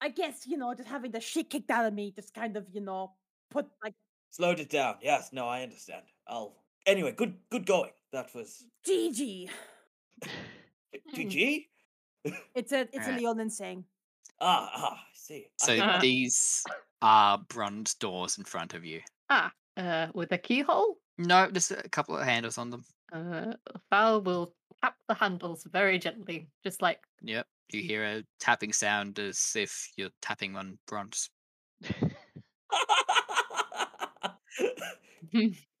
B: I guess you know just having the shit kicked out of me just kind of you know put like
A: Slowed it down. Yes, no, I understand. I'll anyway. Good, good going. That was
B: GG.
A: GG.
B: It's a it's
E: Right.
B: a Leonin saying.
A: Ah, ah, I see. I see.
E: So these are bronze doors in front of you.
D: uh, with a keyhole.
E: No, just a couple of handles on them.
D: Uh, Val will tap the handles very gently, just like
E: Yep. You hear a tapping sound as if you're tapping on bronze.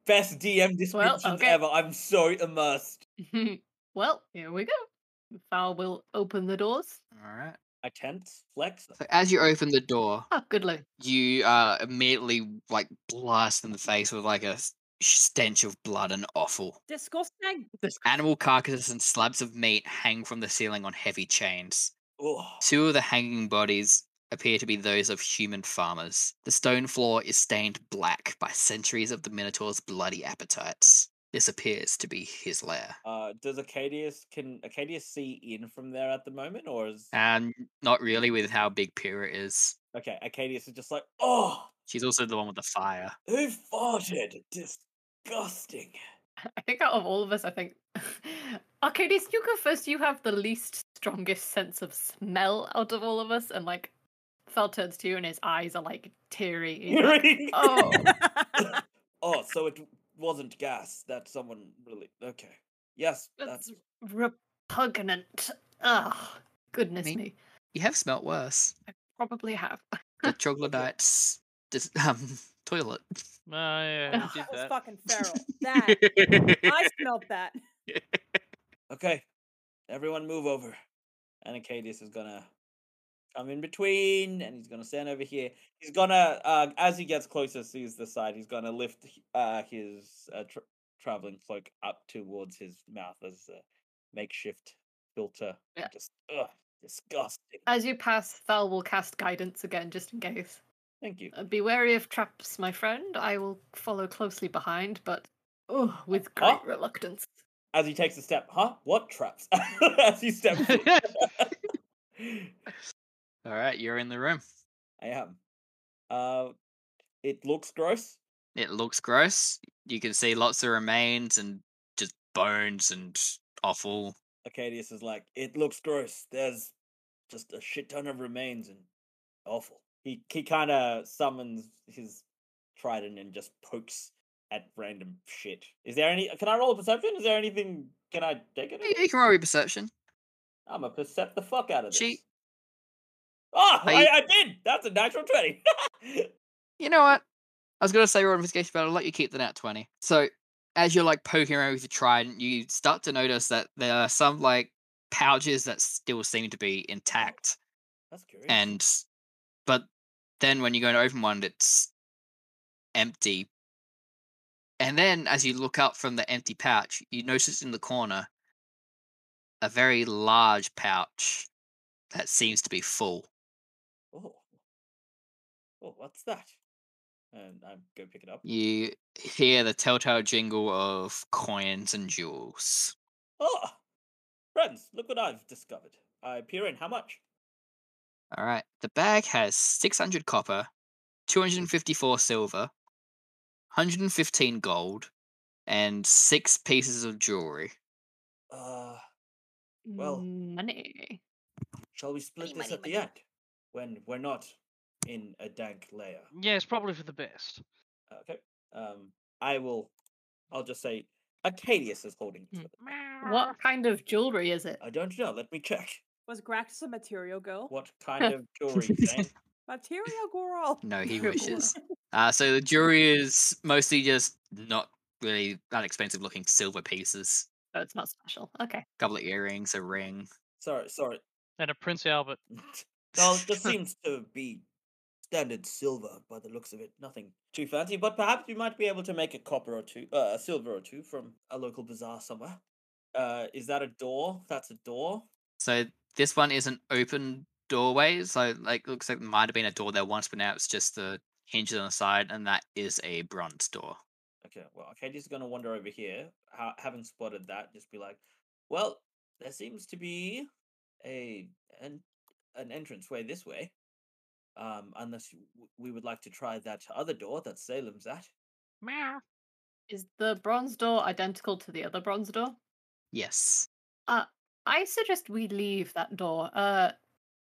A: Best DM descriptions
D: okay.
A: ever. I'm so immersed.
D: "Hmm, well, here we go. Val will open the doors.
E: All right.
A: I tense, flex.
E: So as you open the door,
D: Ah, good luck.
E: you are immediately like blasted in the face with like a s- stench of blood and offal.
B: Disgusting.
E: Animal carcasses and slabs of meat hang from the ceiling on heavy chains.
A: Oh,
E: Two of the hanging bodies appear to be those of human farmers. The stone floor is stained black by centuries of the Minotaur's bloody appetites. This appears to be his lair.
A: uh, does Acadius can Acadius see in from there at the moment, or is
E: And not really with how big Pyrrha is.
A: okay? Acadius is just like, oh,
E: She's also the one with the fire.
A: who farted? Disgusting.
D: I think out of all of us, I think Arcadius, you go first. You have the least strongest sense of smell out of all of us, and like Val turns to you, and his eyes are like teary. He's like,
A: Hearing.
D: oh,
A: Oh, so it wasn't gas that someone really. Okay. Yes, that's.
D: that's repugnant. Ugh, goodness
E: Me-
D: me.
E: You have smelt worse.
D: Probably have.
E: The troglodytes dis- um, toilet.
C: No, yeah,
D: Ugh,
C: he did
B: That was
C: that.
B: fucking feral. That I smelled that.
A: Okay. Everyone move over. And Acadius is gonna come in between and he's gonna stand over here. He's gonna, uh, as he gets closer, sees the side, he's gonna lift h- uh, his uh, tra- traveling cloak up towards his mouth as a makeshift filter.
D: Yeah.
A: Just, ugh, disgusting.
D: As you pass, Val will cast guidance again, just in case.
A: Thank you.
D: Uh, be wary of traps, my friend. I will follow closely behind, but oh, with great
A: Huh?
D: reluctance.
A: As he takes a step, huh? What traps? as he steps in.
E: All right, you're in the room.
A: I am. Uh, it looks gross.
E: It looks gross. You can see lots of remains and just bones and offal.
A: Acadius is like, it looks gross. There's just a shit ton of remains and awful. He he kind of summons his trident and just pokes at random shit. Is there any? Can I roll a perception? Is there anything? Can I take
E: You
A: it?
E: you can roll your perception.
A: I'm gonna percept the fuck out of this.
E: She-
A: Oh,
E: Are
A: I,
E: you-
A: I did. That's a natural twenty.
E: You know what? I was gonna say roll investigation, but I'll let you keep the nat twenty. So as you're like poking around with your trident, you start to notice that there are some like pouches that still seem to be intact,
A: That's curious.
E: and but then when you go to open one, it's empty. And then as you look up from the empty pouch, you notice in the corner a very large pouch that seems to be full.
A: oh, oh, what's that? And I go pick it up.
E: You hear the telltale jingle of coins and jewels.
A: Oh, friends, look what I've discovered. I peer in. How much?
E: All right. The bag has 600 copper, 254 silver, 115 gold, and six pieces of jewelry.
A: Uh, Well,
D: money.
A: shall we split
D: Money,
A: this
D: money,
A: at the end when we're not in a dank layer?
C: yeah, it's probably for the best.
A: Okay. Um, I will. I'll just say Acadius is holding. it
D: Mm.
A: for them.
D: What kind of jewelry is it?
A: I don't know. Let me check.
B: Was Grax a material
D: Oh.
B: girl?
A: What kind of jewelry? Zane?
B: Material girl.
E: No, he
D: Cool.
E: wishes. Uh, so the jewelry is mostly just not really that expensive looking silver pieces.
D: Oh, it's not special. Okay.
E: couple of earrings, a ring.
A: Sorry, sorry.
C: And a Prince Albert.
A: Well, it just seems to be standard silver by the looks of it. Nothing too fancy, but perhaps you might be able to make a copper or two, uh, a silver or two from a local bazaar somewhere. Uh, is that a door? That's a door.
E: So this one is an open doorway. So like looks like there might have been a door there once, but now it's just the hinges on the side, and that is a bronze door.
A: Okay, well, Arcadia's going to wander over here. Ha- having spotted that, just be like, well, there seems to be a an, an entrance way this way. Um, unless you- w- we would like to try that other door that Salem's at.
C: Meow.
D: Is the bronze door identical to the other bronze door?
E: Yes.
D: I suggest we leave that door. Uh,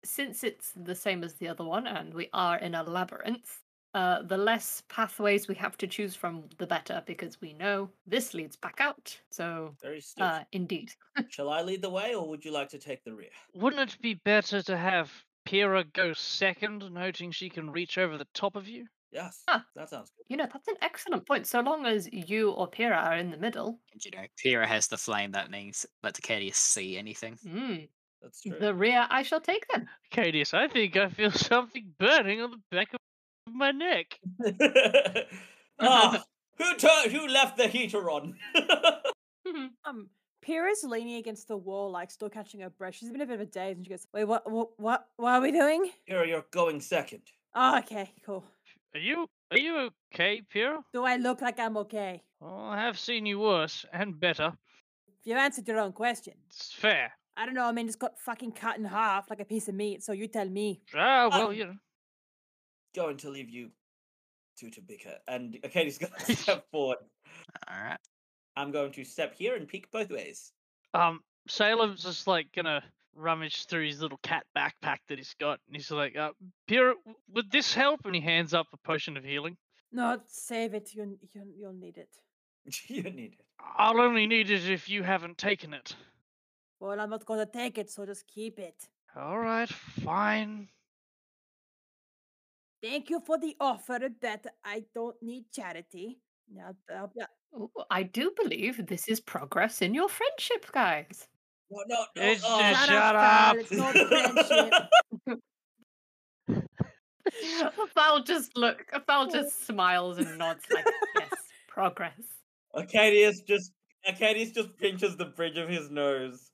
D: since it's the same as the other one, and we are in a labyrinth, uh, the less pathways we have to choose from, the better, because we know this leads back out. So,
A: Very stiff.
D: uh, indeed.
A: Shall I lead the way, or would you like to take the rear?
C: Wouldn't it be better to have Pyrrha go second, noting she can reach over the top of you?
A: Yes,
D: Ah.
A: that sounds good.
D: You know, that's an excellent point. So long as you or Pyrrha are in the middle,
E: And you know, Pyrrha has the flame that means lets Arcadius see anything.
D: mm,
A: That's true.
D: the rear I shall take then.
C: Cadius, I think I feel something burning on the back of my neck.
A: ah, who tur- who left the heater on?
D: Hmm.
B: Um, Pyrrha's leaning against the wall, like still catching her breath. She's been a bit of a daze, and she goes, "Wait, what? What? What? What are we doing?"
A: Here, you're going second.
B: Oh, okay, cool.
C: Are you are you okay, Pyrrha?
B: Do I look like I'm okay?
C: Well, I have seen you worse and better.
B: You answered your own question.
C: It's fair.
B: I don't know. I mean, just got fucking cut in half like a piece of meat. So you tell me.
C: Ah, well,
A: Um,
C: you know.
A: Going to leave you two to bicker, and Katie's going to step forward.
E: All right.
A: I'm going to step here and peek both ways.
C: Um, Salem's just like gonna rummage through his little cat backpack that he's got, and he's like, uh, Pyrrha, w- would this help? And he hands up a potion of healing.
B: No, save it. You you you'll need it.
A: you need it.
C: I'll only need it if you haven't taken it.
B: Well, I'm not gonna take it, so just keep it.
C: All right, fine.
B: Thank you for the offer, but I don't need charity. Now, uh, I'll be-
D: Ooh, I do believe this is progress in your friendship, guys.
A: No, no, no.
C: It's
A: oh,
C: just-
B: Shut
C: shut
B: up.
C: up.
B: Val, It's not friendship.
D: Val just look. Val
A: Oh.
D: just smiles and nods like yes, progress.
A: Arcadius just Arcadius just pinches the bridge of his nose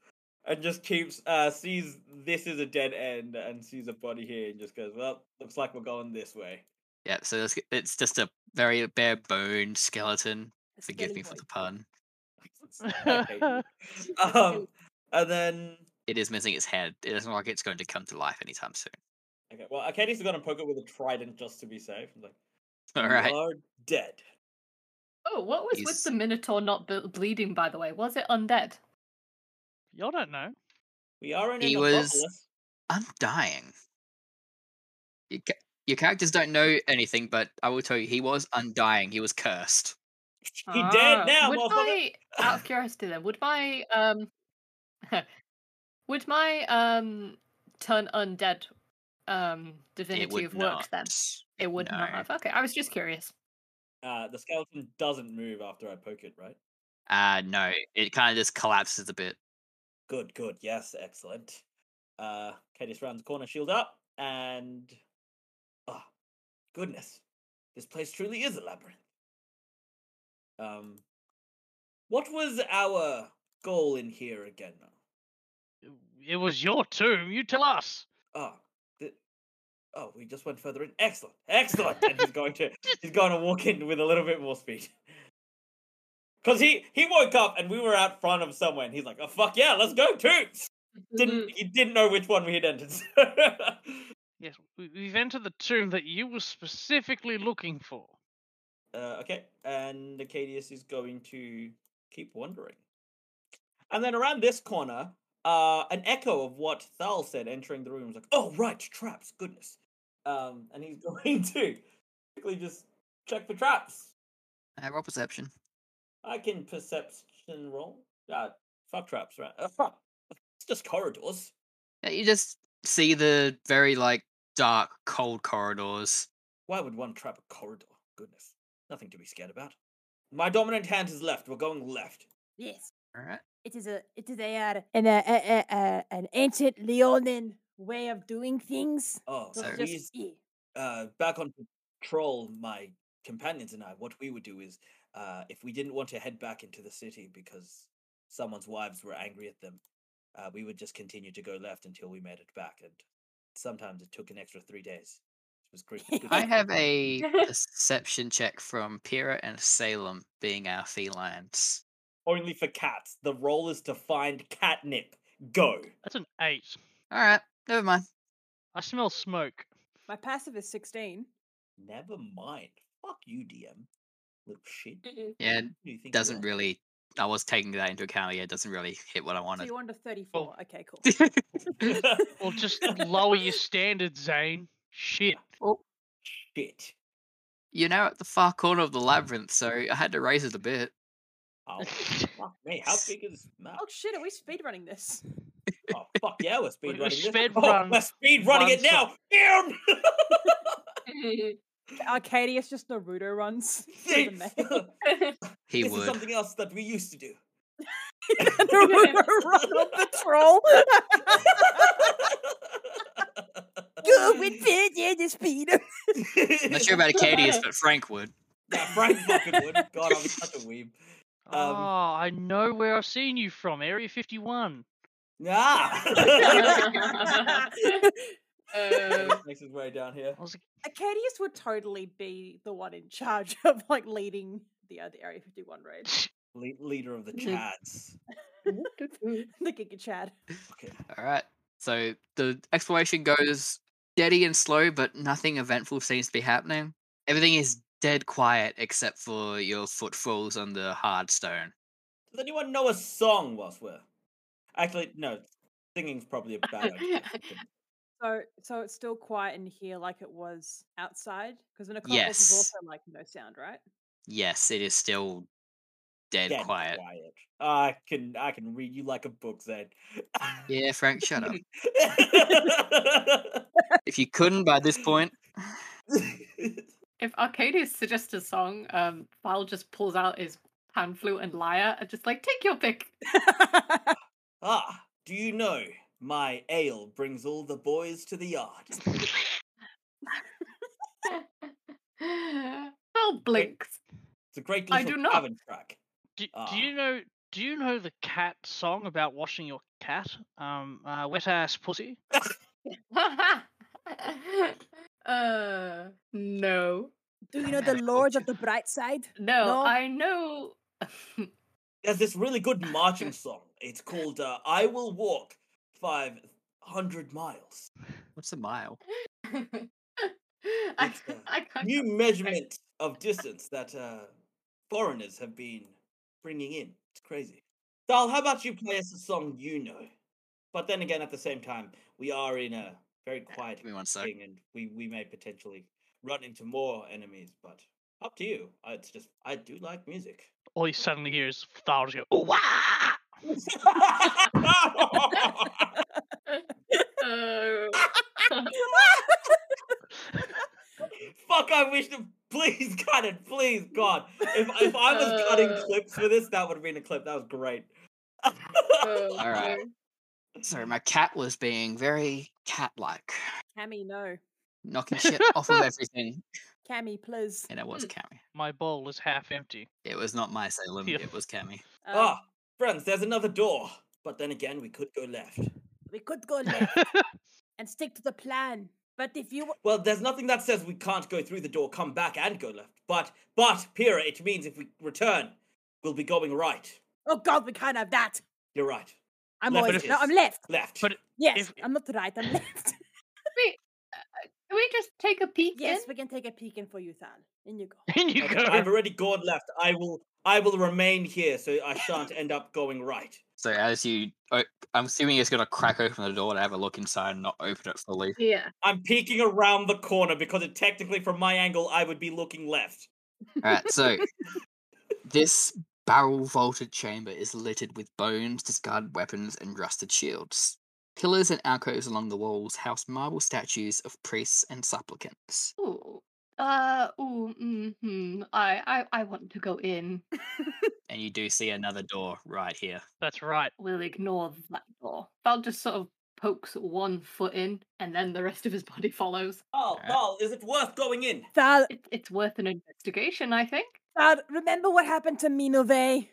A: and just keeps uh sees this is a dead end and sees a body here and just goes, Well, looks like we're going this way.
E: Yeah. So it's, it's just a very bare bone skeleton.
B: It's
E: Forgive
B: Skelly
E: me for the
B: Boy.
E: pun.
A: I hate you. um and then
E: It is missing its head. It doesn't look like it's going to come to life anytime soon.
A: Okay, well Arcadius is gonna poke it with a trident just to be safe. i like
E: All
A: "You
E: right.
A: are dead.
D: Oh, what was with
E: He's-
D: the Minotaur not ble- bleeding? By the way, was it undead?
C: Y'all don't know.
A: We are in
E: He
A: an
E: was-
A: Acropolis.
E: I'm dying. You ca- your characters don't know anything, but I will tell you, he was undying. He was cursed.
A: He dead
D: Ah,
A: now,
D: Would
A: motherfucker.
D: my out of curiosity then? Would my um, would my um, turn undead um
E: It
D: divinity
E: would
D: have worked then?
E: not.
D: It would not
E: No.
D: have. Okay, I was just curious.
A: Uh, the skeleton doesn't move after I poke it, right?
E: Uh, no, it kind of just collapses a bit.
A: Good, good. Yes, excellent. Uh, Katie's round the corner, shield up, and oh, goodness, this place truly is a labyrinth. Um, what was our goal in here again?
C: It was your tomb. You tell us.
A: Oh, the, oh, we just went further in. Excellent, excellent. and he's going to he's going to walk in with a little bit more speed. Cause he he woke up and we were out front of somewhere, and he's like, "Oh fuck yeah, let's go toots."
D: Mm-hmm.
A: Didn't he didn't know which one we had entered. so-
C: Yes, we- we've entered the tomb that you were specifically looking for.
A: Uh, okay, and Acadius is going to keep wandering. And then around this corner, uh, an echo of what Thal said entering the room was like, oh, right, traps, goodness. Um, and he's going to quickly just check for traps.
E: Uh, roll perception.
A: I can perception roll. Uh, fuck traps, right? Uh, fuck. It's just corridors.
E: Yeah, You just see the very like dark, cold corridors.
A: Why would one trap a corridor? Goodness. Nothing to be scared about. My dominant hand is left. We're going left.
B: Yes,
E: All right.
B: it is a it is a, uh, an, uh, uh, uh, uh, an ancient Leonin way of doing things.
A: Oh,
B: So
E: So-
A: so
B: it's
A: we
B: just yeah.
A: uh, back on patrol, my companions and I, what we would do is uh, if we didn't want to head back into the city because someone's wives were angry at them, uh, we would just continue to go left until we made it back. And sometimes it took an extra three days. It was great. good
E: I
A: fun.
E: have a perception check from Pyrrha and Salem being our felines.
A: Only for cats. The role is to find catnip. Go.
C: That's an eight.
E: All right, never mind.
C: I smell smoke.
B: my passive is sixteen.
A: Never mind. Fuck you, DM. Little shit. Who
E: Yeah, it
A: do you think you
E: doesn't
A: are?
E: really. I was taking that into account. Yeah, it doesn't really hit what I
B: So
E: wanted.
B: you're under thirty-four. Okay, cool.
C: Well, just lower your standards, Zane. Shit.
A: shit.
E: You're now at the far corner of the labyrinth, so I had to raise it a bit.
A: Oh, fuck me. How big is this map?
B: Oh shit! Are we speedrunning this?
A: Oh fuck yeah, we're speed running this.
C: speed
A: oh,
C: run
A: we're speed running it
C: one
A: now. Damn!
B: Arcadius just Naruto runs. through the
A: this
B: maze.
E: He
A: this is
E: would.
A: something else that we used to do.
B: Naruto run on patrol. Good with bit, yeah, the speed.
E: Not sure about Acadius, but Frank would.
A: Nah, Frank fucking would. God, I'm such a weeb. Um,
C: oh, I know where I've seen you from, Area 51.
A: Nah.
D: Um,
A: Makes his way down here.
C: I was like,
B: Acadius would totally be the one in charge of like leading the uh, the Area 51 raid.
A: Le- leader of the
D: Mhm.
A: Chads.
B: the Giga Chad.
A: Okay.
E: All right. So the exploration goes steady and slow, but nothing eventful seems to be happening. Everything is dead quiet except for your footfalls on the hard stone.
A: Does anyone know a song whilst we're? Actually, no. Singing's probably a bad idea.
B: So so it's still quiet in here like it was outside because the necropolis is
E: Yes.
B: also like no sound, right?
E: Yes, it is still dead,
A: Dead
E: quiet.
A: I can I can read you like a book, Zed.
E: Yeah, Frank, shut up. if you couldn't by this point,
D: if Arcadius suggests a song, um, Val just pulls out his pan flute and lyre and just like, take your pick.
A: ah, do you know my ale brings all the boys to the yard?
D: Val blinks.
A: It's a great
D: I
A: little
D: do not.
A: cavern track.
C: do,
A: Ah.
C: do you know? Do you know the cat song about washing your cat? Um, uh, wet ass pussy.
D: uh, no.
B: Do you
E: know the lords of
B: the bright side?
D: No,
B: No.
D: I know.
A: There's this really good marching song. It's called uh, "I Will Walk 500 Miles."
E: what's a mile?
D: I,
A: It's, uh,
D: I can't.
A: New measurement of distance that uh, foreigners have been bringing in. It's crazy. Dal, how about you play us a song you know? But then again, at the same time, we are in a very quiet
E: Give me one sec.
A: thing, and we we may potentially run into more enemies. But up to you. I- It's just I do like music.
C: All you suddenly hear is Thar's go, "Oh, wah!"
D: Uh,
A: Fuck! I wish to please cut it, please, God. If if I was cutting
D: Uh.
A: clips for this, that would have been a clip. That was great.
D: oh,
E: All right.
D: no.
E: Sorry, my cat was being very cat like,
B: Cammy, no.
E: knocking shit off of everything.
B: Cammy, please.
E: And it was
D: Mm.
E: Cammy.
C: My bowl is half empty.
E: It was not my Salem,
C: Yeah.
E: it was Cammy.
B: Um,
A: Ah, friends, there's another door. But then again, we could go left.
B: We could go left and stick to the plan. But if you
A: Well, there's nothing that says we can't go through the door, come back, and go left. But, but, Pyrrha, it means if we return, we'll be going right.
B: Oh god, we can't have that.
A: You're right.
B: I'm
A: Left
B: always
A: it
B: no,
A: is.
B: I'm left.
A: Left.
C: But-
B: Yes,
C: If-
B: I'm not right, I'm left.
D: Can we just take a peek
B: yes, we can take a peek in for you, Thal. In you go.
C: In you
A: Okay,
C: go.
A: I've already gone left. I will, I will remain here, so I shan't end up going right.
E: So as you, o- I'm assuming it's gonna crack open the door to have a look inside and not open it fully.
D: in? Yeah.
A: I'm peeking around the corner because it technically, from my angle, I would be looking left.
E: All right, so this barrel vaulted chamber is littered with bones, discarded weapons, and rusted shields. Pillars and alcoves along the walls house marble statues of priests and supplicants.
D: Ooh. Uh, ooh, mm-hmm. I, I, I want to go in.
E: And you do see another door right here.
C: That's right.
D: We'll ignore that door. Val just sort of pokes one foot in, and then the rest of his body follows.
A: Oh, well, is it worth going in?
B: Thal,
D: It, it's worth an investigation, I think.
B: Thal, remember what happened to Minove?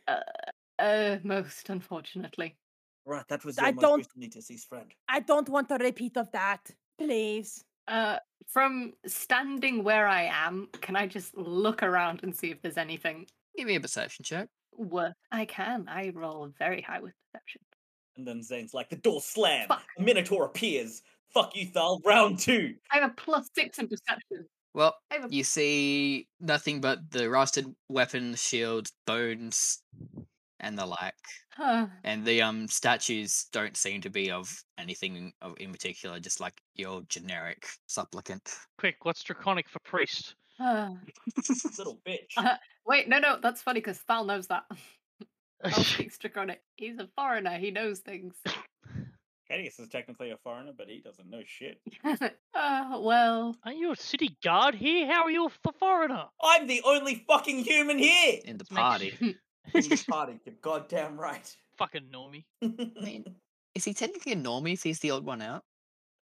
D: Uh, most unfortunately.
A: Right, that was
B: I
A: your most
B: don't-
A: recently deceased friend.
B: I don't want a repeat of that. Please.
D: Uh, from standing where I am, can I just look around and see if there's anything
E: Give me a perception check.
D: worth? I can. I roll very high with perception.
A: And then Zane's like, the door slammed.
D: Fuck.
A: A Minotaur appears. Fuck you, Thal. Round two.
D: I have a plus six in perception.
E: Well,
D: I have a
E: you see nothing but the rusted weapon, shield, bones, and the like.
D: Huh.
E: And the um statues don't seem to be of anything of in particular, just like your generic supplicant.
C: Quick, what's draconic for priest?
D: huh.
A: Little bitch.
D: Uh, Wait, no, no, that's funny because Thal knows that. Thal speaks Draconic. He's a foreigner. He knows things.
A: Hedius is technically a foreigner, but he doesn't know shit.
D: uh, well,
C: Aren't you a city guard here? How are you a f- foreigner?
A: I'm the only fucking human here!
E: in the
C: Let's make
E: party.
C: sure-
A: In this party, you're goddamn right.
C: Fucking normie.
E: mean- Is he technically a normie if he's the odd one out?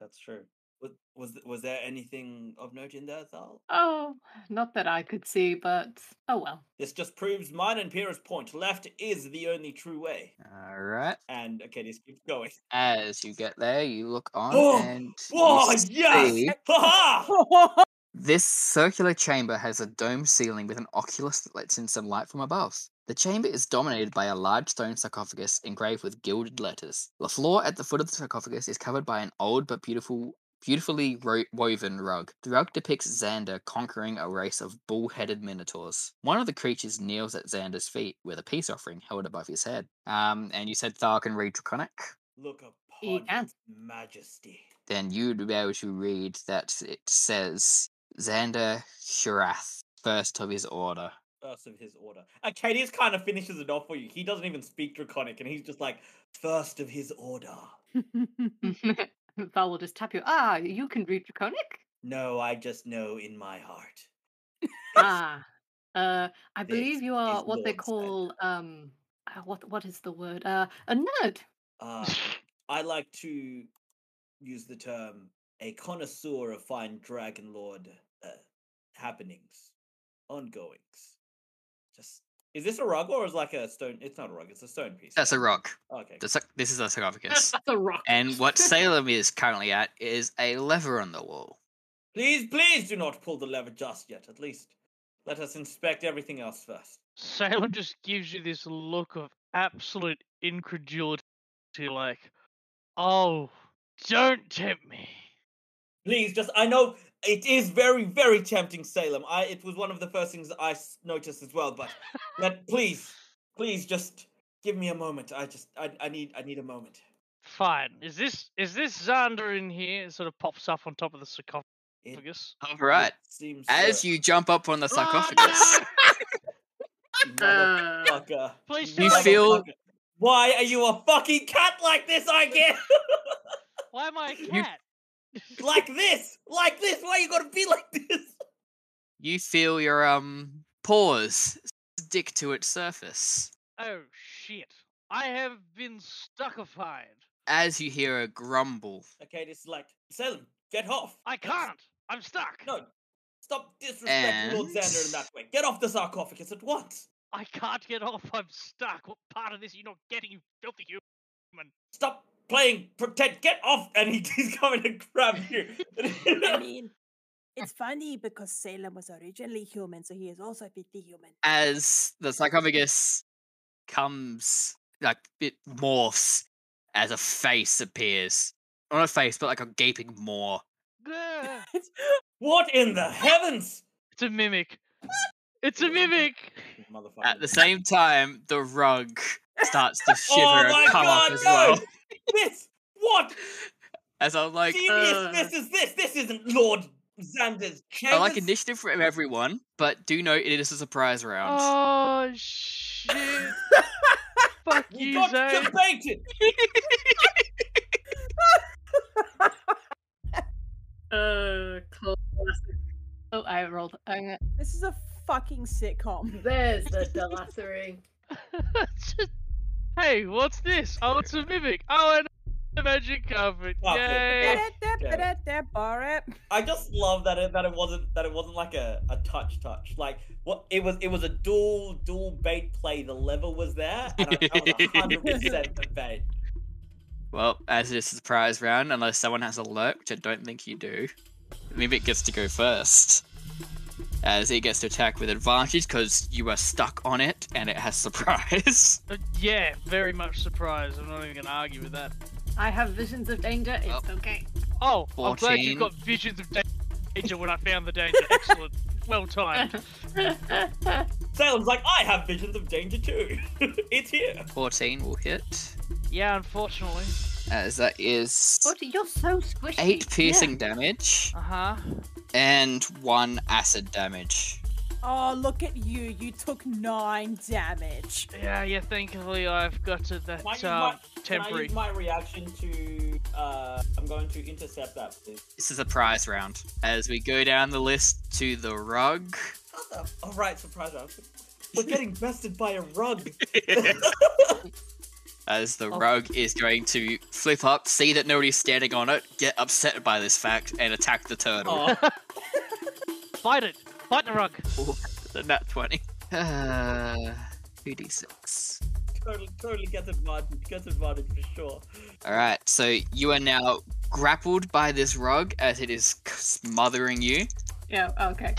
A: That's true. Was, was th- was there anything of note in there, Thal?
D: oh, not that I could see, but oh well.
A: This just proves mine and Pyrrha's point. Left is the only true way.
E: Alright.
A: And Acadius keeps going.
E: As you get there, you look on
A: Oh,
E: and you
A: Whoa,
E: see
A: yes! Ha ha!
E: This circular chamber has a dome ceiling with an oculus that lets in some light from above. The chamber is dominated by a large stone sarcophagus engraved with gilded letters. The floor at the foot of the sarcophagus is covered by an old but beautiful, beautifully ro- woven rug. The rug depicts Xander conquering a race of bull-headed minotaurs. One of the creatures kneels at Xander's feet with a peace offering held above his head. Um, and you said Thar can read Draconic.
A: Look upon
D: He can.
A: his majesty.
E: then you'd be able to read that it says Xander Shirath, first of his order.
A: First of his order. Acadius kind of finishes it off for you. He doesn't even speak Draconic, and he's just like, first of his order.
D: Val will just tap you. Ah, you can read Draconic?
A: No, I just know in my heart.
D: ah. Uh, I
A: This
D: believe you are
A: is
D: what
A: Lord's
D: they
A: End.
D: call um uh, what what is the word? Uh a nerd.
A: Uh, I like to use the term a connoisseur of fine dragon lord uh, happenings, ongoings. Just is this a rug or is like a stone? It's not a rug. It's a stone piece.
E: That's a
A: right?
E: rock.
A: Okay.
E: The sac- this is a sarcophagus.
D: a rock.
E: and what Salem is currently at is a lever on the wall.
A: Please, please do not pull the lever just yet. At least let us inspect everything else first.
C: Salem just gives you this look of absolute incredulity, like, oh, don't tempt me.
A: Please, just I know it is very, very tempting, Salem. I it was one of the first things I s- noticed as well. But let please, please just give me a moment. I just I, I need I need a moment.
C: Fine. Is this is this Xander in here? It sort of pops up on top of the
A: It
C: sarcophagus.
E: All right.
A: It seems
E: As
A: so,
E: you jump up on the sarcophagus,
D: Uh,
A: motherfucker.
C: Please
E: You don't. feel-
A: motherfucker. Why are you a fucking cat like this? I get
C: Why am I a cat?
A: like this, like this. Why you gotta be like this?
E: you feel your um paws stick to its surface
C: Oh shit! I have been stuckified.
E: as you hear a grumble.
A: Okay, this is like Salem. Get off.
C: I
A: That's-
C: can't. I'm stuck.
A: No, Stop disrespecting Lord Xander in that way. Get off the sarcophagus at once.
C: I can't get off. I'm stuck. What part of this are you not getting, you filthy human?
A: Stop playing pretend. Get off. And he, he's coming to grab you.
B: I mean, it's funny because Salem was originally human, so he is also a bitty human.
E: as the sarcophagus comes, like it morphs as a face appears. Not a face, but like a gaping maw.
C: Gah.
A: what in the heavens?
C: It's a mimic. It's a mimic.
A: Motherfucker.
E: At the same time, the rug starts to shiver
A: oh my
E: and come
A: god,
E: up as
A: no!
E: well.
A: This what
E: As I'm like, uh,
A: seriousness is this? This isn't Lord Xander's chamber.
E: I like initiative from everyone, but do note it is a surprise round.
C: Oh shit! Fuck
A: You
C: you,
A: got
C: Zane.
A: debated.
D: Uh, classic. Oh, I rolled. I,
B: This is a fucking sitcom.
D: there's the delassering.
C: hey, what's this? Oh, it's a mimic. Oh, and The magic carpet.
A: Carpet.
C: Yay!
B: Da-da-da-da-da-da, Barret.
A: I just love that it that it wasn't that it wasn't like a, a touch touch. Like what it was it was a dual dual bait play. The lever was there, and I, I was hundred percent the bait.
E: Well, as it is a surprise round, unless someone has a lurk, which I don't think you do, Mimic gets to go first. As he gets to attack with advantage because you are stuck on it and it has surprise.
C: Uh, yeah, very much surprised. I'm not even going to argue with that.
D: I have visions of danger. It's
E: Oh.
D: okay.
C: Oh, I'm glad you've
E: 14.
C: got visions of danger when I found the danger. Excellent. Well timed.
A: Salem's like, I have visions of danger too. it's here.
E: 14 will hit.
C: Yeah, unfortunately.
E: As that is
D: But you're so squishy.
E: 8
D: Yeah.
E: piercing damage
C: Uh
A: Uh-huh.
C: huh.
E: and 1 acid damage.
B: Oh, look at you. You took nine damage.
C: Yeah, yeah, thankfully I've got to that
A: Can I use
C: um,
A: my- Can I
C: temporary.
A: use my reaction to? Uh, I'm going to intercept that. Please.
E: This is a prize round. As we go down the list to the rug.
A: What the? All right, surprise! round. We're getting bested by a rug.
E: As the
C: Oh.
E: rug is going to flip up, see that nobody's standing on it, get upset by this fact, and attack the turtle.
A: Oh,
C: Fight it! Fight the rug!
E: The nat 20. Uh, 2d6.
A: totally, totally gets advantage. Gets advantage for sure.
E: Alright, so you are now grappled by this rug as it is c- smothering you,
D: Yeah, okay.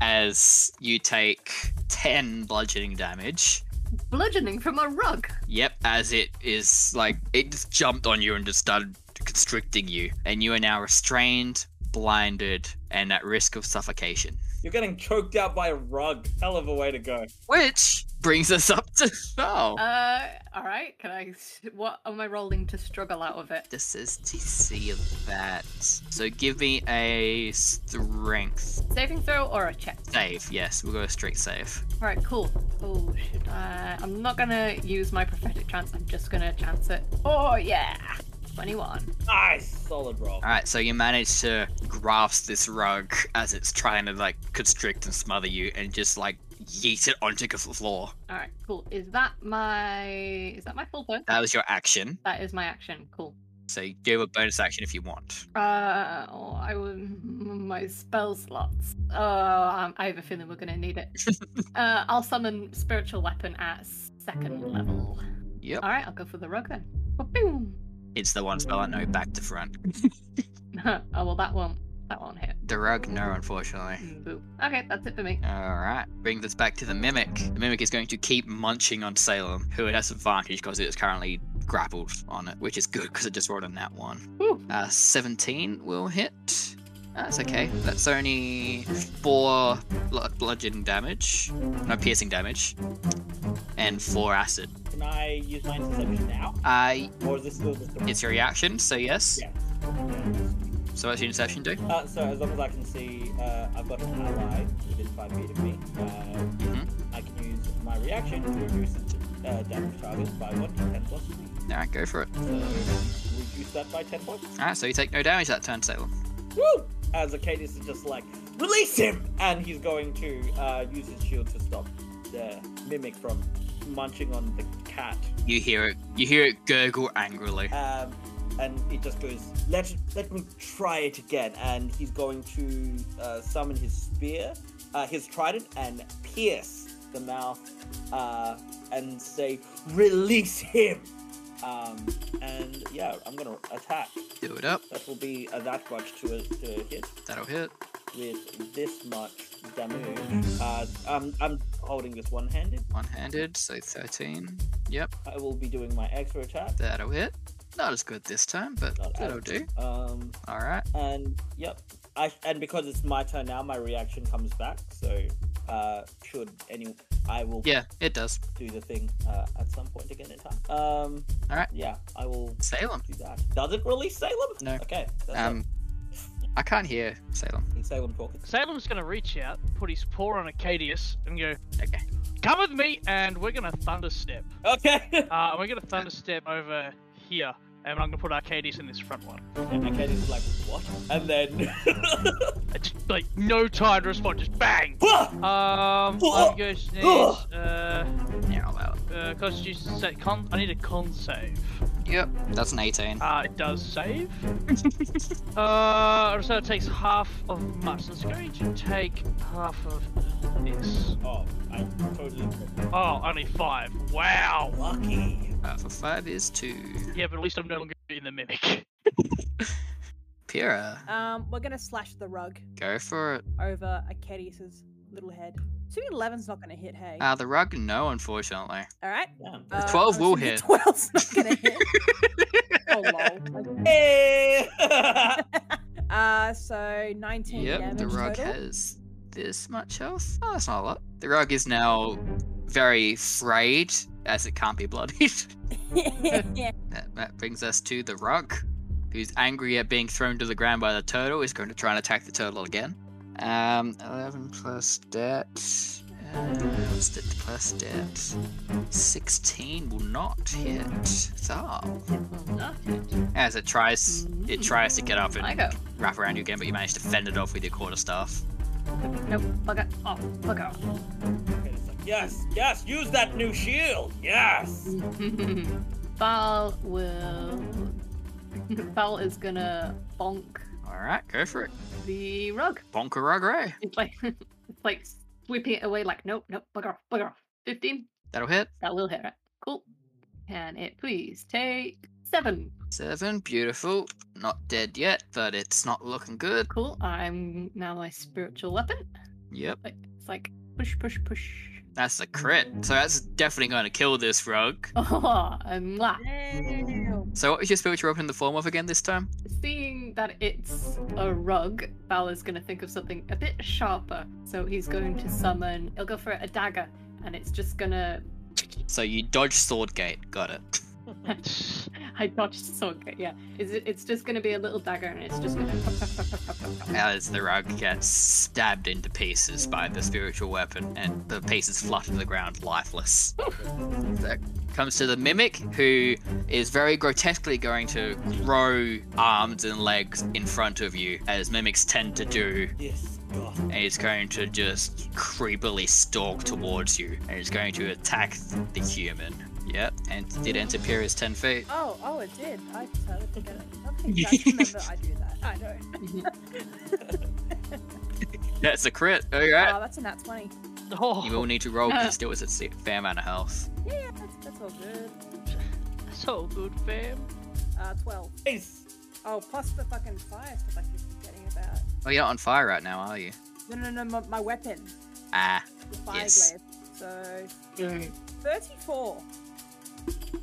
E: as you take 10 bludgeoning damage.
D: Bludgeoning from a rug.
E: Yep, as it is like it just jumped on you and just started constricting you, and you are now restrained, blinded, and at risk of suffocation.
A: You're getting choked out by a rug. Hell of a way to go.
E: Which brings us up to oh,
D: Uh, all right. Can I? s- What am I rolling to struggle out of it?
E: this is TC of that. So give me a strength
D: Saving throw or a check?
E: save. Yes, we'll go a straight save.
D: All right, cool. Oh, should I? I'm not gonna use my prophetic chance. I'm just gonna chance it. Oh yeah, twenty-one.
A: Nice, solid roll.
E: All right, so you manage to grasp this rug as it's trying to like constrict and smother you, and just like yeet it onto the floor.
D: All right, cool. Is that my? Is that my full point?
E: That was your action.
D: That is my action. Cool.
E: So you do have a bonus action if you want.
D: Uh, oh, I will my spell slots. Oh, um, I have a feeling we're gonna need it. uh, I'll summon spiritual weapon at second level.
E: Yep.
D: All right, I'll go for the rug then. Boom.
E: It's the one spell I know back to front.
D: oh well, that won't. That won't hit.
E: The rug, no, unfortunately.
D: Boom. Okay, that's it for me.
E: Alright, bring this back to the Mimic. The Mimic is going to keep munching on Salem, who it has advantage because it is currently grappled on it, which is good because it just rolled on that one.
D: Whew.
E: Uh, 17 will hit. That's okay. That's only 4 bl- bludgeoning damage. No, piercing damage. And 4 acid.
A: Can I use my interception now?
E: Uh,
A: Or is this still just a
E: it's your reaction, so yes.
A: Yeah.
E: So what's your interception do?
A: Uh, so as long as I can see, uh, I've got an ally within five feet of me. Uh,
E: Mm-hmm.
A: I can use my reaction to reduce the uh, damage target by one to ten plus. three.
E: Alright, go for it.
A: So reduce that by ten points.
E: Alright, so you take no damage that turn, Salem.
A: Woo! As Arcadius is just like, release him, and he's going to uh, use his shield to stop the mimic from munching on the cat.
E: You hear it. You hear it gurgle angrily.
A: Um, and it just goes, let let me try it again. And he's going to uh, summon his spear, uh, his trident, and pierce the mouth, uh, and say, release him. Um, and yeah, I'm gonna attack.
E: Do it up.
A: That will be a that much to a, to a hit
E: That'll hit.
A: with this much damage. Uh, I'm I'm holding this one-handed.
E: One-handed, so thirteen. Yep,
A: I will be doing my extra attack.
E: that'll hit. Not as good this time, but
A: Not
E: that'll
A: as-
E: do.
A: Um,
E: All right.
A: and yep I, and because it's my turn now my reaction comes back so uh should any i will
E: Yeah, it does.
A: do the thing uh, at some point again in time um
E: All right.
A: yeah i will
E: Salem.
A: do that does it release salem
E: No.
A: okay that's um
E: Um, I can't hear Salem.
A: salem talking
C: Salem's going to reach out, put his paw on Acadius, and go,
E: Okay.
C: Come with me, and we're going to thunder step.
A: okay
C: Uh, and we're going to thunder step over here, and I'm going to put Arcadius in this front one.
A: and Arcadius is like what and then
C: It's like no time to respond, just bang!
A: Wah!
C: Um, I'm going to need, uh,
E: Now, well,
C: uh, Constitution sa- con- I need a con save.
E: Yep, that's an 18.
A: Ah.
C: Uh, it does save. uh, so it takes half of much. It's going to take half of this.
A: Oh, I totally
C: Oh, only five. Wow.
A: lucky.
E: Uh, for 5 is 2.
C: Yeah, but at least I'm no longer in the mimic.
E: Pyrrha,
B: Um, we're gonna slash the rug
E: go for it.
B: over Akedius's little head. Assuming 11's not gonna hit, hey.
E: Uh, the rug, no, unfortunately.
B: All right.
A: Damn.
B: Uh,
E: 12
B: I'm
E: will
B: assuming
E: hit.
B: 12's not gonna hit. oh lol.
A: Hey!
B: Uh, so 19
E: Yep,
B: damage
E: the rug
B: total.
E: has this much health. Oh, that's not a lot. The rug is now very frayed, as it can't be bloodied. that, that brings us to the rug, who's angry at being thrown to the ground by the turtle, is going to try and attack the turtle again. Um, 11 plus debt. uh, plus debt. 16 will not hit. So, as it tries, it tries to get up and
D: I go.
E: wrap around you again, but you manage to fend it off with your quarter staff.
D: Nope, Oh, bugger off, bugger off.
A: It's like, yes, yes, use that new shield. Yes.
D: Val will. Val is gonna bonk
E: All right, go for it.
D: the rug.
E: Bonker Rugray.
D: It's like, it's like sweeping it away. Like, nope, nope, bugger off, bugger off. Fifteen.
E: That'll hit.
D: That will hit it. Cool. Can it please take seven?
E: Seven, beautiful. Not dead yet, but it's not looking good.
D: Cool. I'm now my spiritual weapon.
E: Yep,
D: Like, it's like push, push, push.
E: that's a crit. So that's definitely going to kill this rug.
D: Oh, and mwah.
B: Damn.
E: So what was your spiritual weapon in the form of again this time?
D: Seeing that it's a rug, Val is going to think of something a bit sharper. So he's going to summon. He'll go for a dagger, and it's just gonna.
E: So you dodge sword gate. Got it.
D: I dodged so good. Yeah, it's it's just gonna be a little dagger, and it's just gonna.
E: As the rug gets stabbed into pieces by the spiritual weapon, and the pieces flutter to the ground, lifeless. that comes to the mimic, who is very grotesquely going to grow arms and legs in front of you, as mimics tend to do
A: Yes. God.
E: and it's going to just creepily stalk towards you, and it's going to attack the human. Yep, and did enter Pyrrha's 10 feet.
B: Oh, oh, it did. I decided to get it. Okay, yeah, I remember I do that. I know.
E: That's a crit, alright.
B: Oh, that's a nat 20.
C: oh,
E: You will need to roll because still is a se- fair amount of health.
B: Yeah, that's, that's all good.
C: so good, fam.
B: Uh, 12.
A: Nice.
B: Oh, plus the fucking fire stuff I keep forgetting about.
E: Oh, you're not on fire right now, are you?
B: No, no, no, my, my weapon.
E: Ah,
B: The fire
E: Yes.
B: glaive. So,
D: Mm.
B: 34.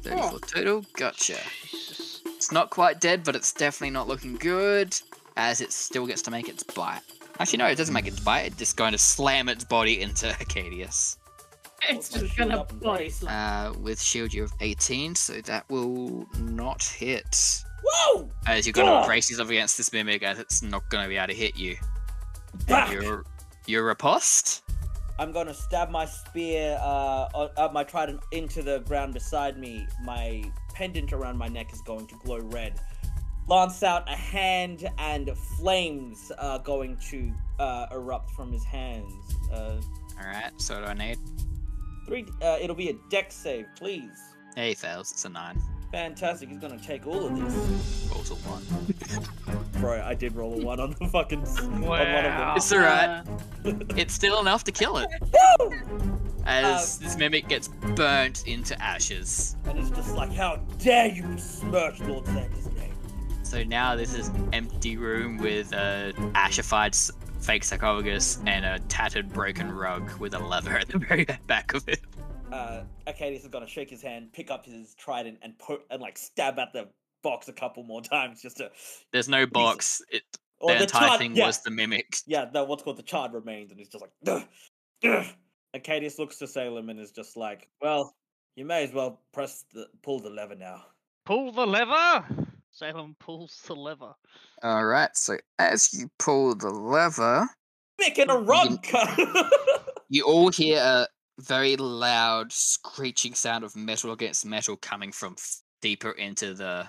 E: 34 total, gotcha.
C: Jesus.
E: It's not quite dead, but it's definitely not looking good, as it still gets to make its bite. Actually, no, it doesn't make its bite, it's just going to slam its body into Acadius.
D: It's
A: Hold my
D: just
A: shield
D: gonna
A: up and
D: body
A: raise.
D: slam.
E: Uh, with shield you have 18, so that will not hit.
A: Whoa!
E: As you're gonna
A: Ugh.
E: brace yourself against this mimic, as it's not gonna be able to hit you.
A: Back.
E: You're you're riposte.
A: I'm gonna stab my spear, uh, o- uh, my trident into the ground beside me. My pendant around my neck is going to glow red. Lance out a hand, and flames are going to uh, erupt from his hands. Uh,
E: All right, so what do I need?
A: three. Uh, it'll be a deck save, please.
E: Yeah, he fails. It's a nine.
A: Fantastic. He's gonna take all of this,
E: Rolls a one.
A: bro. I did roll a one on the fucking s- on one of
C: Wow.
A: them.
E: It's alright.
D: Uh,
E: It's still enough to kill it.
A: Oh, Woo! Um,
E: As this mimic gets burnt into ashes.
A: And it's just like, how dare you besmirch Lord Xander's name?
E: So now this is an empty room with a ashified s- fake sarcophagus and a tattered broken rug with a lever at the very back of it.
A: uh, Acadius is gonna shake his hand, pick up his trident, and put and like stab at the box a couple more times just to.
E: There's no box. It,
A: Or
E: the entire
A: charred-
E: thing
A: yeah,
E: was the mimic.
A: yeah, that what's called the charred remains, and it's just like. Ugh, ugh." Acadius looks to Salem and is just like, "Well, you may as well press the pull the lever now."
C: Pull the lever. Salem pulls the lever.
E: All right. So as you pull the lever,
A: Making a run cut.
E: you all hear a very loud screeching sound of metal against metal coming from f- deeper into the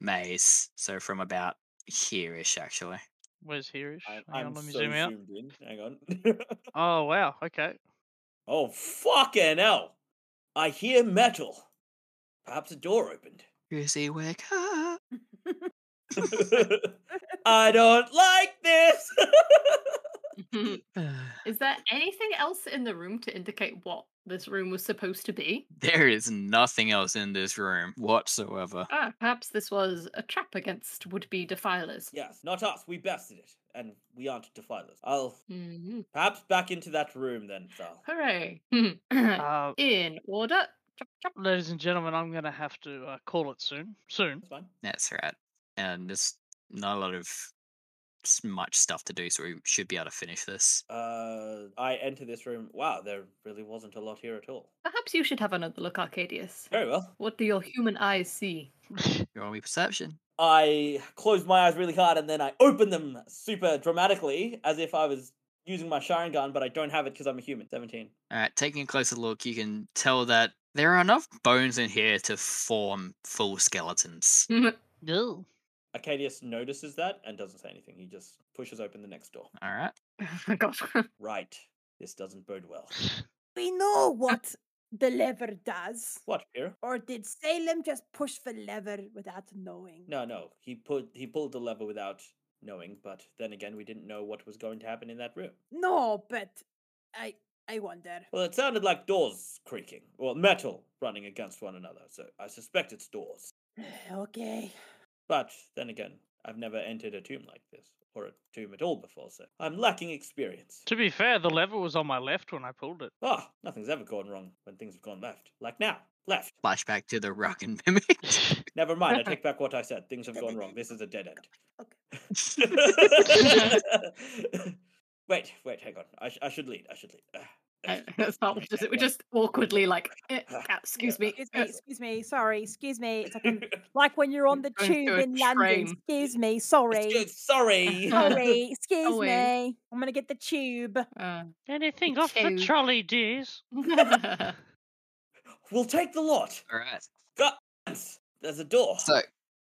E: maze. So from about here-ish, actually.
C: Where's Hirish?
A: I-
C: Hang
A: I'm
C: on, let me
A: so
C: zoom out.
A: zoomed in. Hang on.
C: Oh wow. Okay.
A: oh fucking hell! I hear metal. Perhaps a door opened.
E: Susie, wake up.
A: I don't like this.
D: Is there anything else in the room to indicate what this room was supposed to be?
E: there is nothing else in this room whatsoever.
D: Ah, perhaps this was a trap against would-be defilers.
A: yes, not us. We bested it, and we aren't defilers. I'll
D: Mhm.
A: perhaps back into that room then, Thal.
D: Hooray!
C: Uh,
D: in order. Chop, chop.
C: ladies and gentlemen, I'm going to have to uh, call it soon. Soon.
A: That's fine.
E: That's right. And there's not a lot of s- much stuff to do, so we should be able to finish this.
A: Uh, I enter this room. Wow, there really wasn't a lot here at all.
D: Perhaps you should have another look, Arcadius.
A: Very well.
D: What do your human eyes see?
E: Roll me perception.
A: I closed my eyes really hard and then I opened them super dramatically as if I was using my Sharingan, but I don't have it because I'm a human. 17.
E: All right, taking a closer look, you can tell that there are enough bones in here to form full skeletons.
D: Oh
C: no.
A: Arcadius notices that and doesn't say anything. He just pushes open the next door.
E: All right.
D: oh my god.
A: Right. This doesn't bode well.
B: We know what the lever does.
A: What, Pyrrha?
B: Or did Salem just push the lever without knowing?
A: No, no. He put he pulled the lever without knowing, but then again we didn't know what was going to happen in that room.
B: No, but I I wonder.
A: Well, it sounded like doors creaking. Well, metal running against one another, so I suspect it's doors.
B: Okay.
A: But then again, I've never entered a tomb like this, or a tomb at all before, so I'm lacking experience.
C: To be fair, the lever was on my left when I pulled it.
A: Ah, nothing's ever gone wrong when things have gone left. Like now, left.
E: Flashback to the rock and mimic.
A: Never mind, I take back what I said. Things have gone wrong. This is a dead
D: Okay.
A: end. wait, wait, hang on. I, sh- I should lead. I should lead. Ah,
D: Uh,
A: ah,
D: That's not what it is. We're just awkwardly like, eh, ah, excuse me.
B: Excuse me,
D: eh,
B: excuse me, sorry, excuse me. It's like, an- like when you're on the
D: Going through
B: tube
D: a
B: in London.
D: train.
B: Excuse me, sorry.
A: Excuse- Sorry.
B: Sorry, excuse
D: Sorry.
B: me. I'm gonna get the tube.
D: uh,
C: Anything off the
D: Two.
C: trolley, dears?
A: We'll take the lot.
E: All right.
A: Guns. There's a door.
E: So,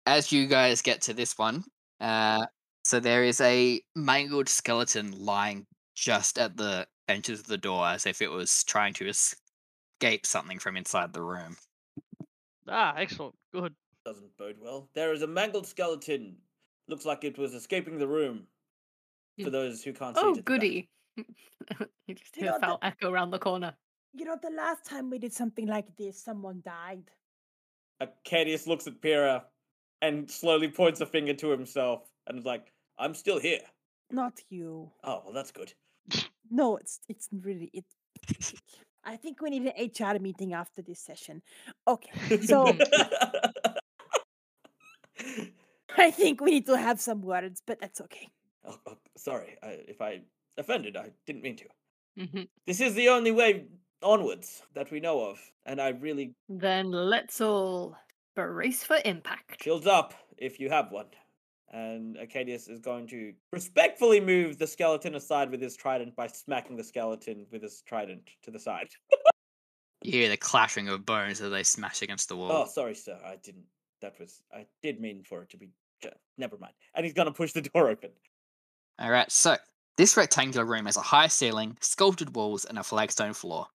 E: as you guys get to this one, uh, so there is a mangled skeleton lying just at the entrance of the door, as if it was trying to escape something from inside the room.
C: Ah, excellent. Good.
A: Doesn't bode well. There is a mangled skeleton. Looks like it was escaping the room. For
D: Hmm.
A: those who can't see it
D: oh,
A: at the back.
D: goody. you just
B: You
D: hear
B: know,
D: foul
B: the-
D: echo around the corner.
B: You know, the last time we did something like this, someone died.
A: Arcadius looks at Pyrrha and slowly points a finger to himself and is like, I'm still here.
B: Not you.
A: Oh, well, that's good.
B: No, it's it's really it. I think we need an HR meeting after this session. Okay, so I think we need to have some words, but that's okay.
A: Oh, oh, sorry I, if I offended. I didn't mean to.
D: Mhm.
A: This is the only way onwards that we know of, and I really
D: Then let's all brace for impact.
A: shields up if you have one. And Arcadius is going to respectfully move the skeleton aside with his trident by smacking the skeleton with his trident to the side.
E: You hear the clashing of bones as they smash against the wall.
A: Oh, sorry, sir. I didn't. That was. I did mean for it to be. ju- Never mind. And he's gonna push the door open.
E: All right, so this rectangular room has a high ceiling, sculpted walls, and a flagstone floor.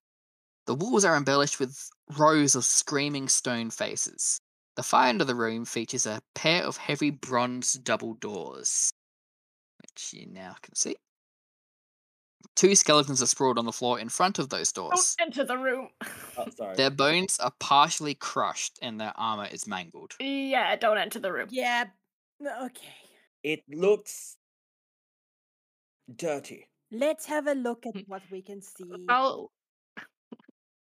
E: The walls are embellished with rows of screaming stone faces. The far end of the room features a pair of heavy bronze double doors, which you now can see. Two skeletons are sprawled on the floor in front of those
D: Don't
E: doors.
D: enter the room.
B: Uh.
A: Oh, sorry.
E: Their bones are partially crushed and their armor is mangled.
D: yeah, don't enter the room.
B: Yeah. no, Okay.
A: It looks dirty.
B: Let's have a look at
D: Mm.
B: what we can see.
D: I'll.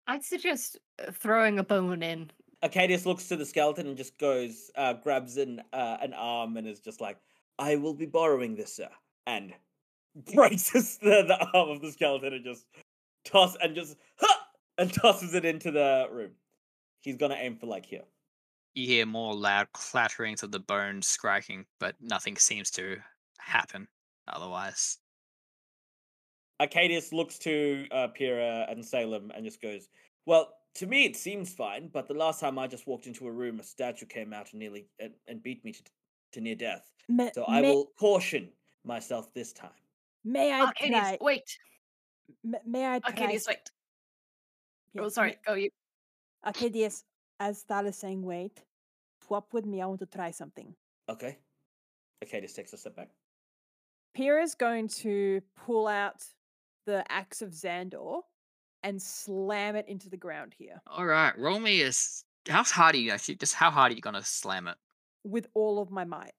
D: I'd suggest uh, throwing a bone in.
A: Arcadius looks to the skeleton and just goes, uh, grabs an uh, an arm and is just like, "I will be borrowing this, sir," and breaks his- the, the arm of the skeleton and just toss and just ha! and tosses it into the room. He's gonna aim for like here.
E: You hear more loud clatterings of the bones striking, but nothing seems to happen otherwise.
A: Arcadius looks to uh, Pyrrha and Salem and just goes, Well, to me it seems fine, but the last time I just walked into a room, a statue came out and nearly and, and beat me to, to near death.
B: Ma-
A: So I
B: may,
A: will caution myself this time.
B: May I
D: Arcadius,
B: try?
D: wait.
B: ma- May I try? s-
D: Arcadius, wait.
B: yeah,
D: oh,
B: ma-
D: sorry. Go you.
B: Arcadius, as Thal is saying, wait. swap with me. I want to try something.
A: Okay. Okay, just takes a step back.
B: Pyrrha is going to pull out the axe of Xandor and slam it into the ground here
E: All right, roll me is how hard are you actually? Just how hard are you gonna slam it?
B: with all of my might.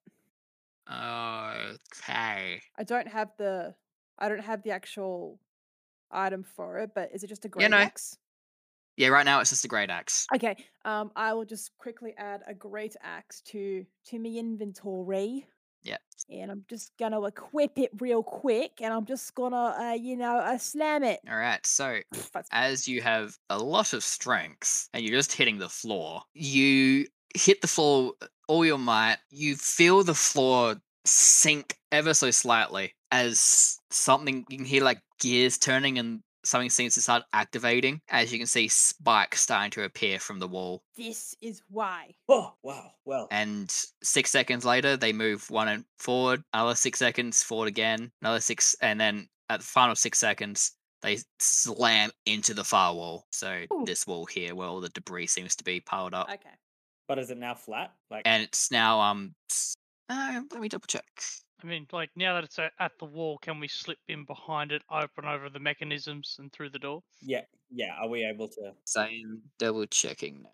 E: Okay.
B: I don't have the I don't have the actual item for it, but is it just a great
E: Yeah, no.
B: axe?
E: Yeah, right now it's just a great axe.
B: Okay. Um, I will just quickly add a great axe to to my inventory.
E: Yep.
B: And I'm just gonna equip it real quick, and I'm just gonna, uh, you know, uh, slam it.
E: All right, so
B: That's-
E: as you have a lot of strength and you're just hitting the floor, you hit the floor uh, all your might. You feel the floor sink ever so slightly as something you can hear like gears turning and something seems to start activating. As you can see, spikes starting to appear from the wall.
B: This is why.
A: Oh wow. Well.
E: And six seconds later, they move one and forward, another six seconds forward again, another six, and then at the final six seconds, they slam into the far wall. So
D: Ooh.
E: this wall here, where all the debris seems to be piled up,
B: Okay.
A: but is it now flat? Like
E: and it's now um. s- Uh, let me double check.
C: I mean, like now that it's a- at the wall, can we slip in behind it, open over the mechanisms, and through the door?
A: yeah, yeah. Are we able to?
E: So I'm double checking now.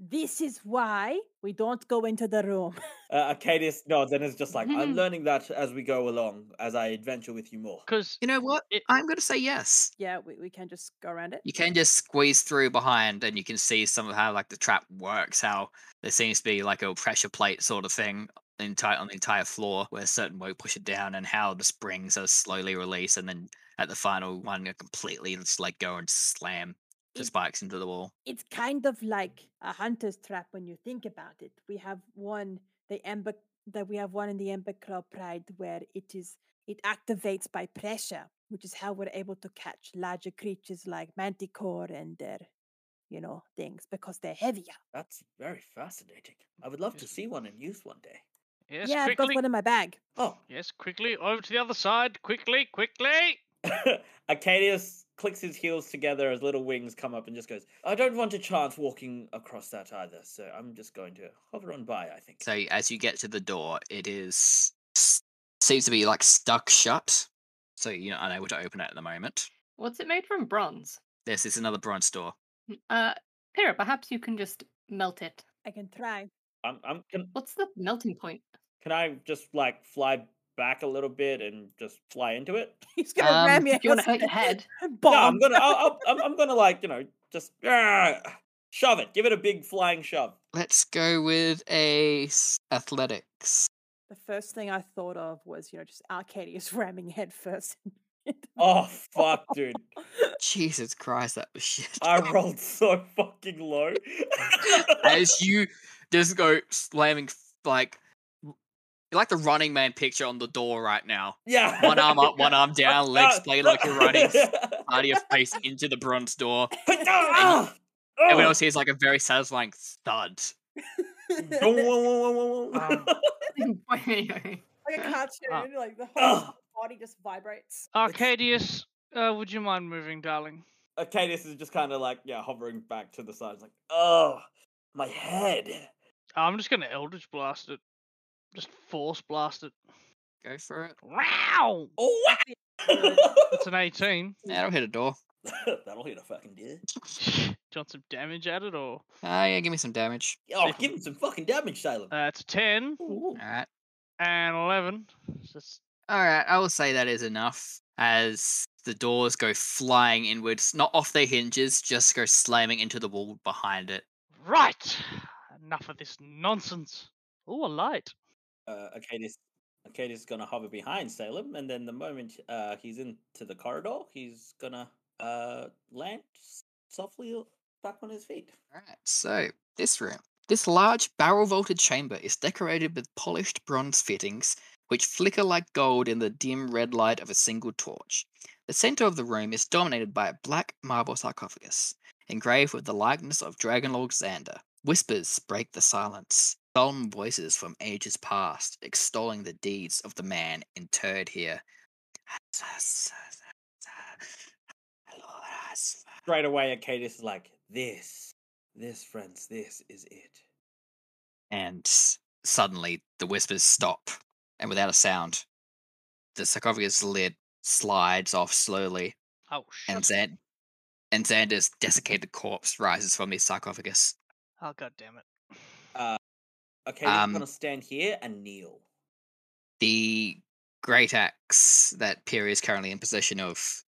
B: This is why we don't go into the room.
A: Uh, Arcadis nods and is just like, I'm learning that as we go along, as I adventure with you more.
C: Because
E: You know what?
C: It-
E: I'm gonna say yes.
B: yeah, we, we can just go around it.
E: You can just squeeze through behind, and you can see some of how like the trap works. How there seems to be like a pressure plate sort of thing entire on the entire floor, where certain weight push it down, and how the springs are slowly released, and then at the final one, are completely just like go and slam the
B: It-
E: spikes into the wall.
B: It's kind of like a hunter's trap when you think about it. We have one, the Ember, that we have one in the Ember Claw Pride where it is it activates by pressure, which is how we're able to catch larger creatures like Manticore and their, you know, things because they're heavier.
A: That's very fascinating. I would love to
C: Yes.
A: see one and use one day.
C: yes,
B: yeah, I've got
C: quickly,
B: one in my bag.
A: Oh,
C: yes, quickly over to the other side, quickly, quickly.
A: Arcadius clicks his heels together as little wings come up and just goes, I don't want to chance walking across that either, so I'm just going to hover on by, I think.
E: So as you get to the door, it is s- seems to be like stuck shut. So you're not unable to open it at the moment.
D: What's it made from? Bronze.
E: This is another bronze door.
D: Uh, Pyrrha, perhaps you can just melt it.
B: I can try.
A: I'm, I'm can,
D: What's the melting point?
A: can I just like fly back a little bit and just fly into it?
B: He's gonna ram
E: Um,
B: your
D: Do you want to hurt your head?
B: Bomb.
A: No, I'm gonna, I'll, I'll, I'm, I'm gonna like, you know, just ah, shove it. Give it a big flying shove.
E: Let's go with a s- athletics.
B: The first thing I thought of was, you know, just Arcadius ramming head first. into the
A: Oh, fuck, dude.
E: Jesus Christ, that was shit.
A: I rolled so fucking low.
E: As you just go slamming f- like w- you're like the running man picture on the door right now.
A: yeah.
E: One arm up, one arm down, legs
A: Ah,
E: played like you're running, s-
A: Ah,
E: part of your face into the bronze door.
A: ah,
E: Everyone
A: ah.
E: else hears like a very satisfying thud.
A: Whoa, whoa, whoa, whoa, whoa.
C: Um,
B: like a cartoon,
C: Ah.
B: like the whole
A: Ugh.
B: body just vibrates.
C: Arcadius, uh, would you mind moving, darling?
A: Arcadius is just kind of like, yeah, hovering back to the side. It's like, oh, my head.
C: I'm just gonna Eldritch Blast it. Just Force Blast it.
E: Go for it.
C: Wow!
A: Oh, wow.
C: That's an 18.
E: That'll hit a door.
A: That'll hit a fucking deer.
C: Do you want some damage at it, or
E: Ah, yeah, give me some damage.
A: Oh, give him some fucking damage, Salem.
C: uh, it's 10
D: Ooh.
E: All right.
C: and 11. It's just-
E: All right, I will say that is enough as the doors go flying inwards, not off their hinges, just go slamming into the wall behind it.
C: Right! Enough of this nonsense. Oh, a light.
A: Uh, Arcadius, Arcadius is gonna hover behind Salem, and then the moment uh, he's into the corridor, he's gonna uh, land s- softly o- back on his feet.
E: Alright, so this room. This large barrel vaulted chamber is decorated with polished bronze fittings, which flicker like gold in the dim red light of a single torch. The center of the room is dominated by a black marble sarcophagus, engraved with the likeness of Dragonlord Xander. Whispers break the silence, solemn voices from ages past extolling the deeds of the man interred here.
A: Straight away, Arcadius is like, "This, this, friends, this is it."
E: and suddenly the whispers stop, and without a sound, the sarcophagus lid slides off slowly,
C: Oh shit!
E: and Zand- and Xander's desiccated corpse rises from his sarcophagus.
C: Oh god damn it!
A: Okay, I'm
E: Um,
A: gonna stand here and kneel.
E: The great axe that Piri is currently in possession of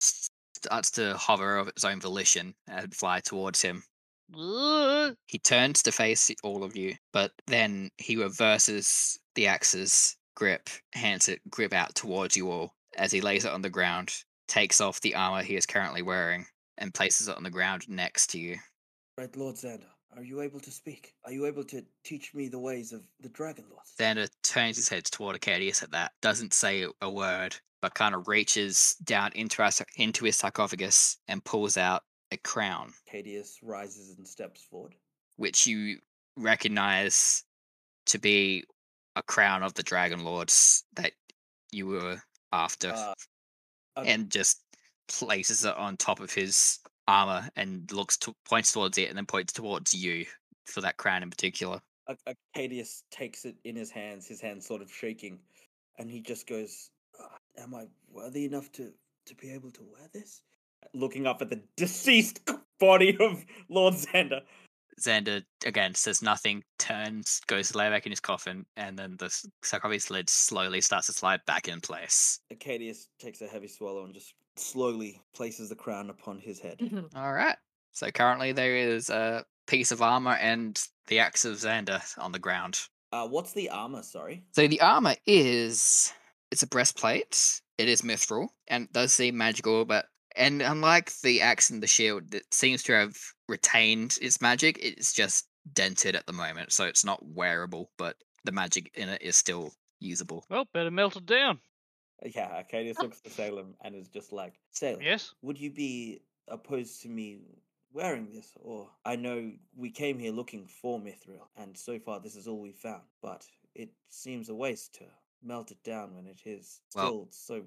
E: starts to hover of its own volition and fly towards him.
B: Uh,
C: Ugh.
E: He turns to face y- all of you, but then he reverses the axe's grip, hands it grip out towards you all as he lays it on the ground, takes off the armor he is currently wearing, and places it on the ground next to you.
A: Red Lord Xander, are you able to speak? Are you able to teach me the ways of the Dragon Lord?
E: Xander turns his head toward Arcadius at that, doesn't say a word, but kind of reaches down into, our, sar- into his sarcophagus and pulls out a crown,
A: Cadius rises and steps forward.
E: which you recognize to be a crown of the Dragon Lords that you were after.
A: Uh, okay.
E: and just places it on top of his armor and looks to points towards it and then points towards you for that crown in particular.
A: Ac- Acadius takes it in his hands, his hands sort of shaking, and he just goes, "Uh, "Am I worthy enough to to be able to wear this?" Looking up at the deceased body of Lord Xander,
E: Xander again says nothing, turns, goes to lay back in his coffin, and then the s- sarcophagus lid slowly starts to slide back in place.
A: Acadius takes a heavy swallow and just slowly places the crown upon his head.
D: Mm-hmm.
E: All right. So currently there is a piece of armor and the axe of Xander on the ground.
A: Uh, what's the armor? Sorry,
E: So the armor is it's a breastplate. It is mithril and it does seem magical, but and unlike the axe and the shield that seems to have retained its magic, it's just dented at the moment, so it's not wearable, but the magic in it is still usable.
C: Well, better melt it down.
A: yeah. Acadius looks to Salem and is just like, "Salem,
C: Yes.
A: would you be opposed to me wearing this? Or I know we came here looking for Mithril, and so far this is all we found, but it seems a waste to melt it down when it is still
E: Well-
A: so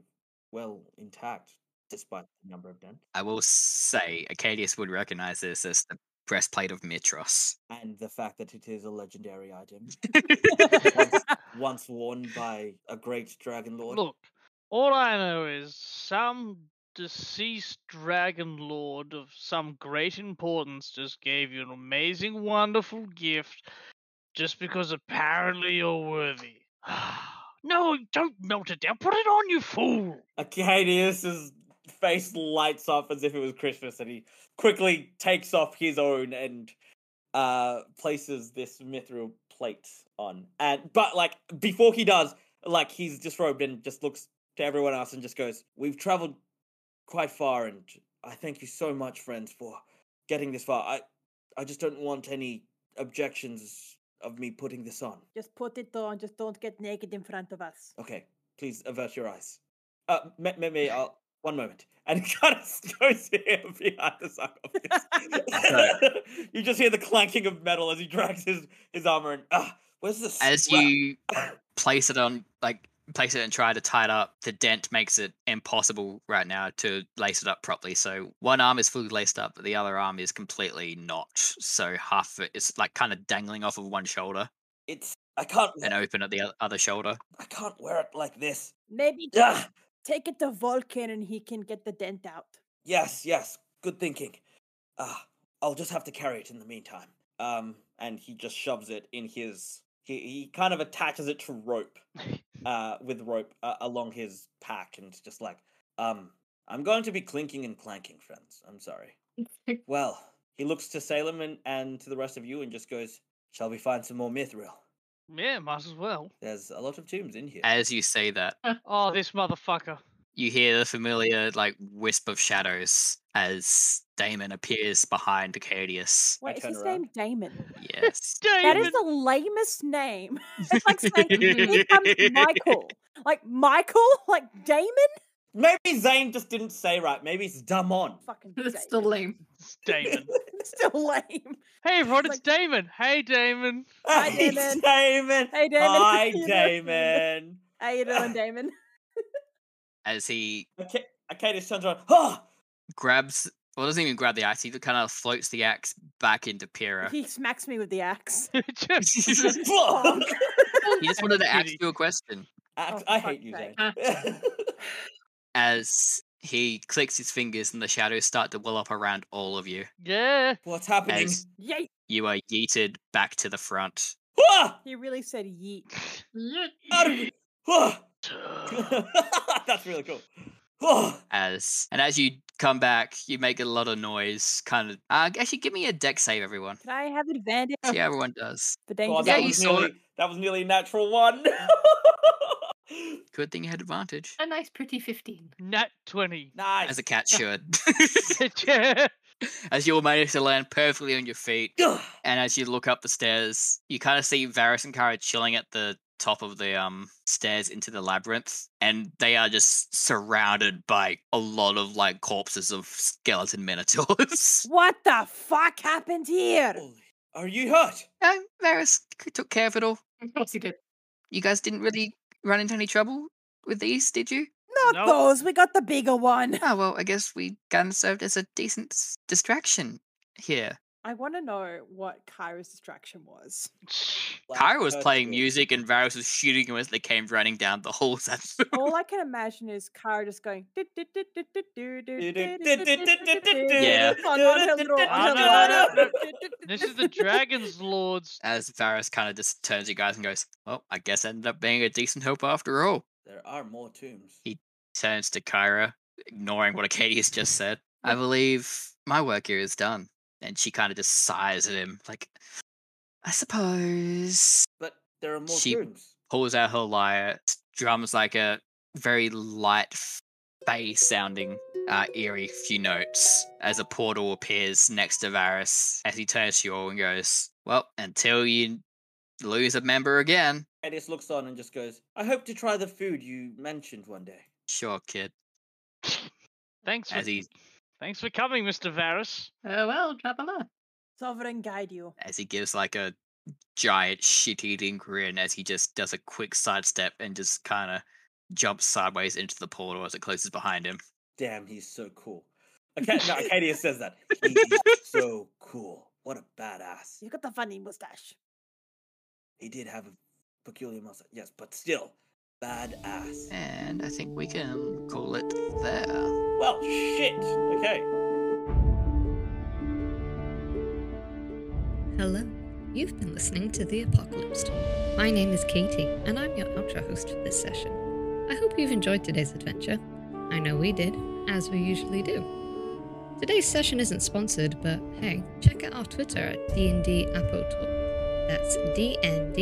A: well intact, despite the number of dents.
E: I will say Acadius would recognize this as the breastplate of Mitros.
A: And the fact that it is a legendary item, once, once worn by a great dragon lord.
C: Look, all I know is some deceased dragon lord of some great importance just gave you an amazing, wonderful gift just because apparently you're worthy. no, don't melt it down. Put it on, you fool.
A: Acadius's face lights up as if it was Christmas, and he quickly takes off his own and uh places this mithril plate on. And but like before he does, like he's disrobed and just looks to everyone else and just goes, "We've traveled quite far, and I thank you so much, friends, for getting this far. I I just don't want any objections of me putting this on."
B: Just put it on. Just don't get naked in front of us.
A: Okay, please avert your eyes. Uh, me, me, me I'll, one moment. And he kind of goes in behind the sarcophagus. you just hear the clanking of metal as he drags his, his armor and, ah, where's the
E: As
A: strap?"
E: you place it on like place it and try to tie it up the dent makes it impossible right now to lace it up properly so one arm is fully laced up but the other arm is completely not so half of it is like kind of dangling off of one shoulder
A: It's, I can't,
E: and open at the o- other shoulder
A: I can't wear it like this.
B: Maybe
A: Ah,
B: take it to Vulcan and he can get the dent out.
A: yes, yes, good thinking. Ah, I'll just have to carry it in the meantime. Um, and he just shoves it in his, he, he kind of attaches it to rope. uh, with rope uh, along his pack, and it's just like, um, I'm going to be clinking and clanking, friends. I'm sorry. Well, he looks to Salem and, and to the rest of you and just goes, Shall we find some more mithril?
C: yeah, might as well.
A: There's a lot of tombs in here.
E: as you say that
C: Oh, this motherfucker.
E: you hear the familiar like wisp of shadows as damon appears behind Acadius.
A: I
B: Wait, is
A: turn
B: his
A: around.
B: name Damon?
E: yes
B: That is
C: Damon.
B: the lamest name. It's like saying here comes Michael. Like Michael? Like Damon?
A: Maybe Zane just didn't say right. Maybe it's Damon.
B: Fucking
D: That's still lame.
C: It's Damon.
B: Still lame.
C: hey, everyone, it's
B: Like-
C: Damon. Hey, Damon.
B: Hi,
A: Hey,
B: Damon.
A: Damon.
B: Hey, Damon.
A: Hi,
B: You know-
A: Damon.
B: How Uh, you doing, Damon?
E: as he
A: Okay, okay, this turns around. Oh,
E: grabs Well, it doesn't even grab the axe. He kind of floats the axe back into Pyrrha.
B: He smacks me with the axe.
C: Just-
B: Oh,
E: he
A: Fuck!
E: just wanted to ask
C: Really?
E: you a question.
A: Ax-
B: for
A: I hate you, Zane.
B: Oh, fuck's
E: As he clicks his fingers and the shadows start to well up around all of you.
C: yeah.
A: What's happening?
E: As
B: Yeet.
E: you are yeeted back to the front.
A: Ah!
B: He really said yeet.
A: Out of- Ah!
C: Turn.
A: That's really cool. Ah!
E: As and as you come back, you make a lot of noise. Kind of. Uh, actually, give me a deck save, everyone.
B: Can I have advantage
E: See how everyone does.
B: for
A: God,
B: danger?
E: Yeah,
A: that,
E: you
B: zone?
A: was
E: saw
A: nearly, that was nearly a natural one.
E: Good thing you had advantage,
D: A nice pretty 15.
C: Nat 20.
A: nice.
E: as a cat should.
C: yeah.
E: as you all manage to land perfectly on your feet,
A: Ugh.
E: and as you look up the stairs, you kind of see Varys and Kara chilling at the top of the um stairs into the labyrinth, and they are just surrounded by a lot of like corpses of skeleton minotaurs.
B: What the fuck happened here?
A: Holy- Are you hurt?
E: um, Varys c- took care of it all.
D: Of course he did.
E: You guys didn't really run into any trouble with these, did you?
B: Not
C: No.
B: those. We got the bigger one.
E: Oh well, I guess we kind of served as a decent s- distraction here.
B: I want to know what Kyra's distraction was.
A: Like,
E: Kyra was
A: hurt
E: playing
A: you.
E: music and Varys was shooting him as they came running down the halls at them.
B: All I can imagine is Kyra just going.
A: Yeah.
B: On her little-
C: No,
B: on
C: no,
B: her
C: no,
B: little-
C: This is the Dragon's Lord's.
E: As Varys kind of just turns to you guys and goes, Well, I guess I ended up being a decent hope after all.
A: There are more tombs.
E: He- Turns to Kyra, ignoring what Acadius just said. I believe my work here is done. And she kind of just sighs at him, like, I suppose.
A: But there are more
E: She-
A: tombs.
E: pulls out her lyre, s- drums like a very light, bass sounding, uh, eerie few notes as a portal appears next to Varys as he turns to you all and goes, Well, until you lose a member again.
A: Edis looks on and just goes, I hope to try the food you mentioned one day.
E: Sure, kid.
C: Thanks for,
E: As he-
C: thanks for coming, Mr. Varus.
D: Oh well, traveler.
B: Sovereign guide you.
E: As he gives like a giant shit eating grin as he just does a quick sidestep and just kind of jumps sideways into the portal as it closes behind him.
A: Damn, he's so cool. Okay, no, Acadia says that. He's so cool. What a badass.
B: You got the funny mustache.
A: He did have a peculiar mustache, yes, but still, badass.
E: And I think we can call it there.
A: Well, shit. Okay.
F: Hello, you've been listening to The Apocalypse. My name is Katie, and I'm your outro host for this session. I hope you've enjoyed today's adventure. I know we did, as we usually do. Today's session isn't sponsored, but hey, check out our Twitter at D&D Apotor. That's D-N-D-A-P-O-T-O-U-R.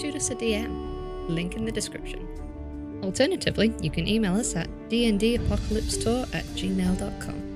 F: Shoot us a DM. Link in the description. Alternatively, you can email us at dndapocalypsetour at gmail.com.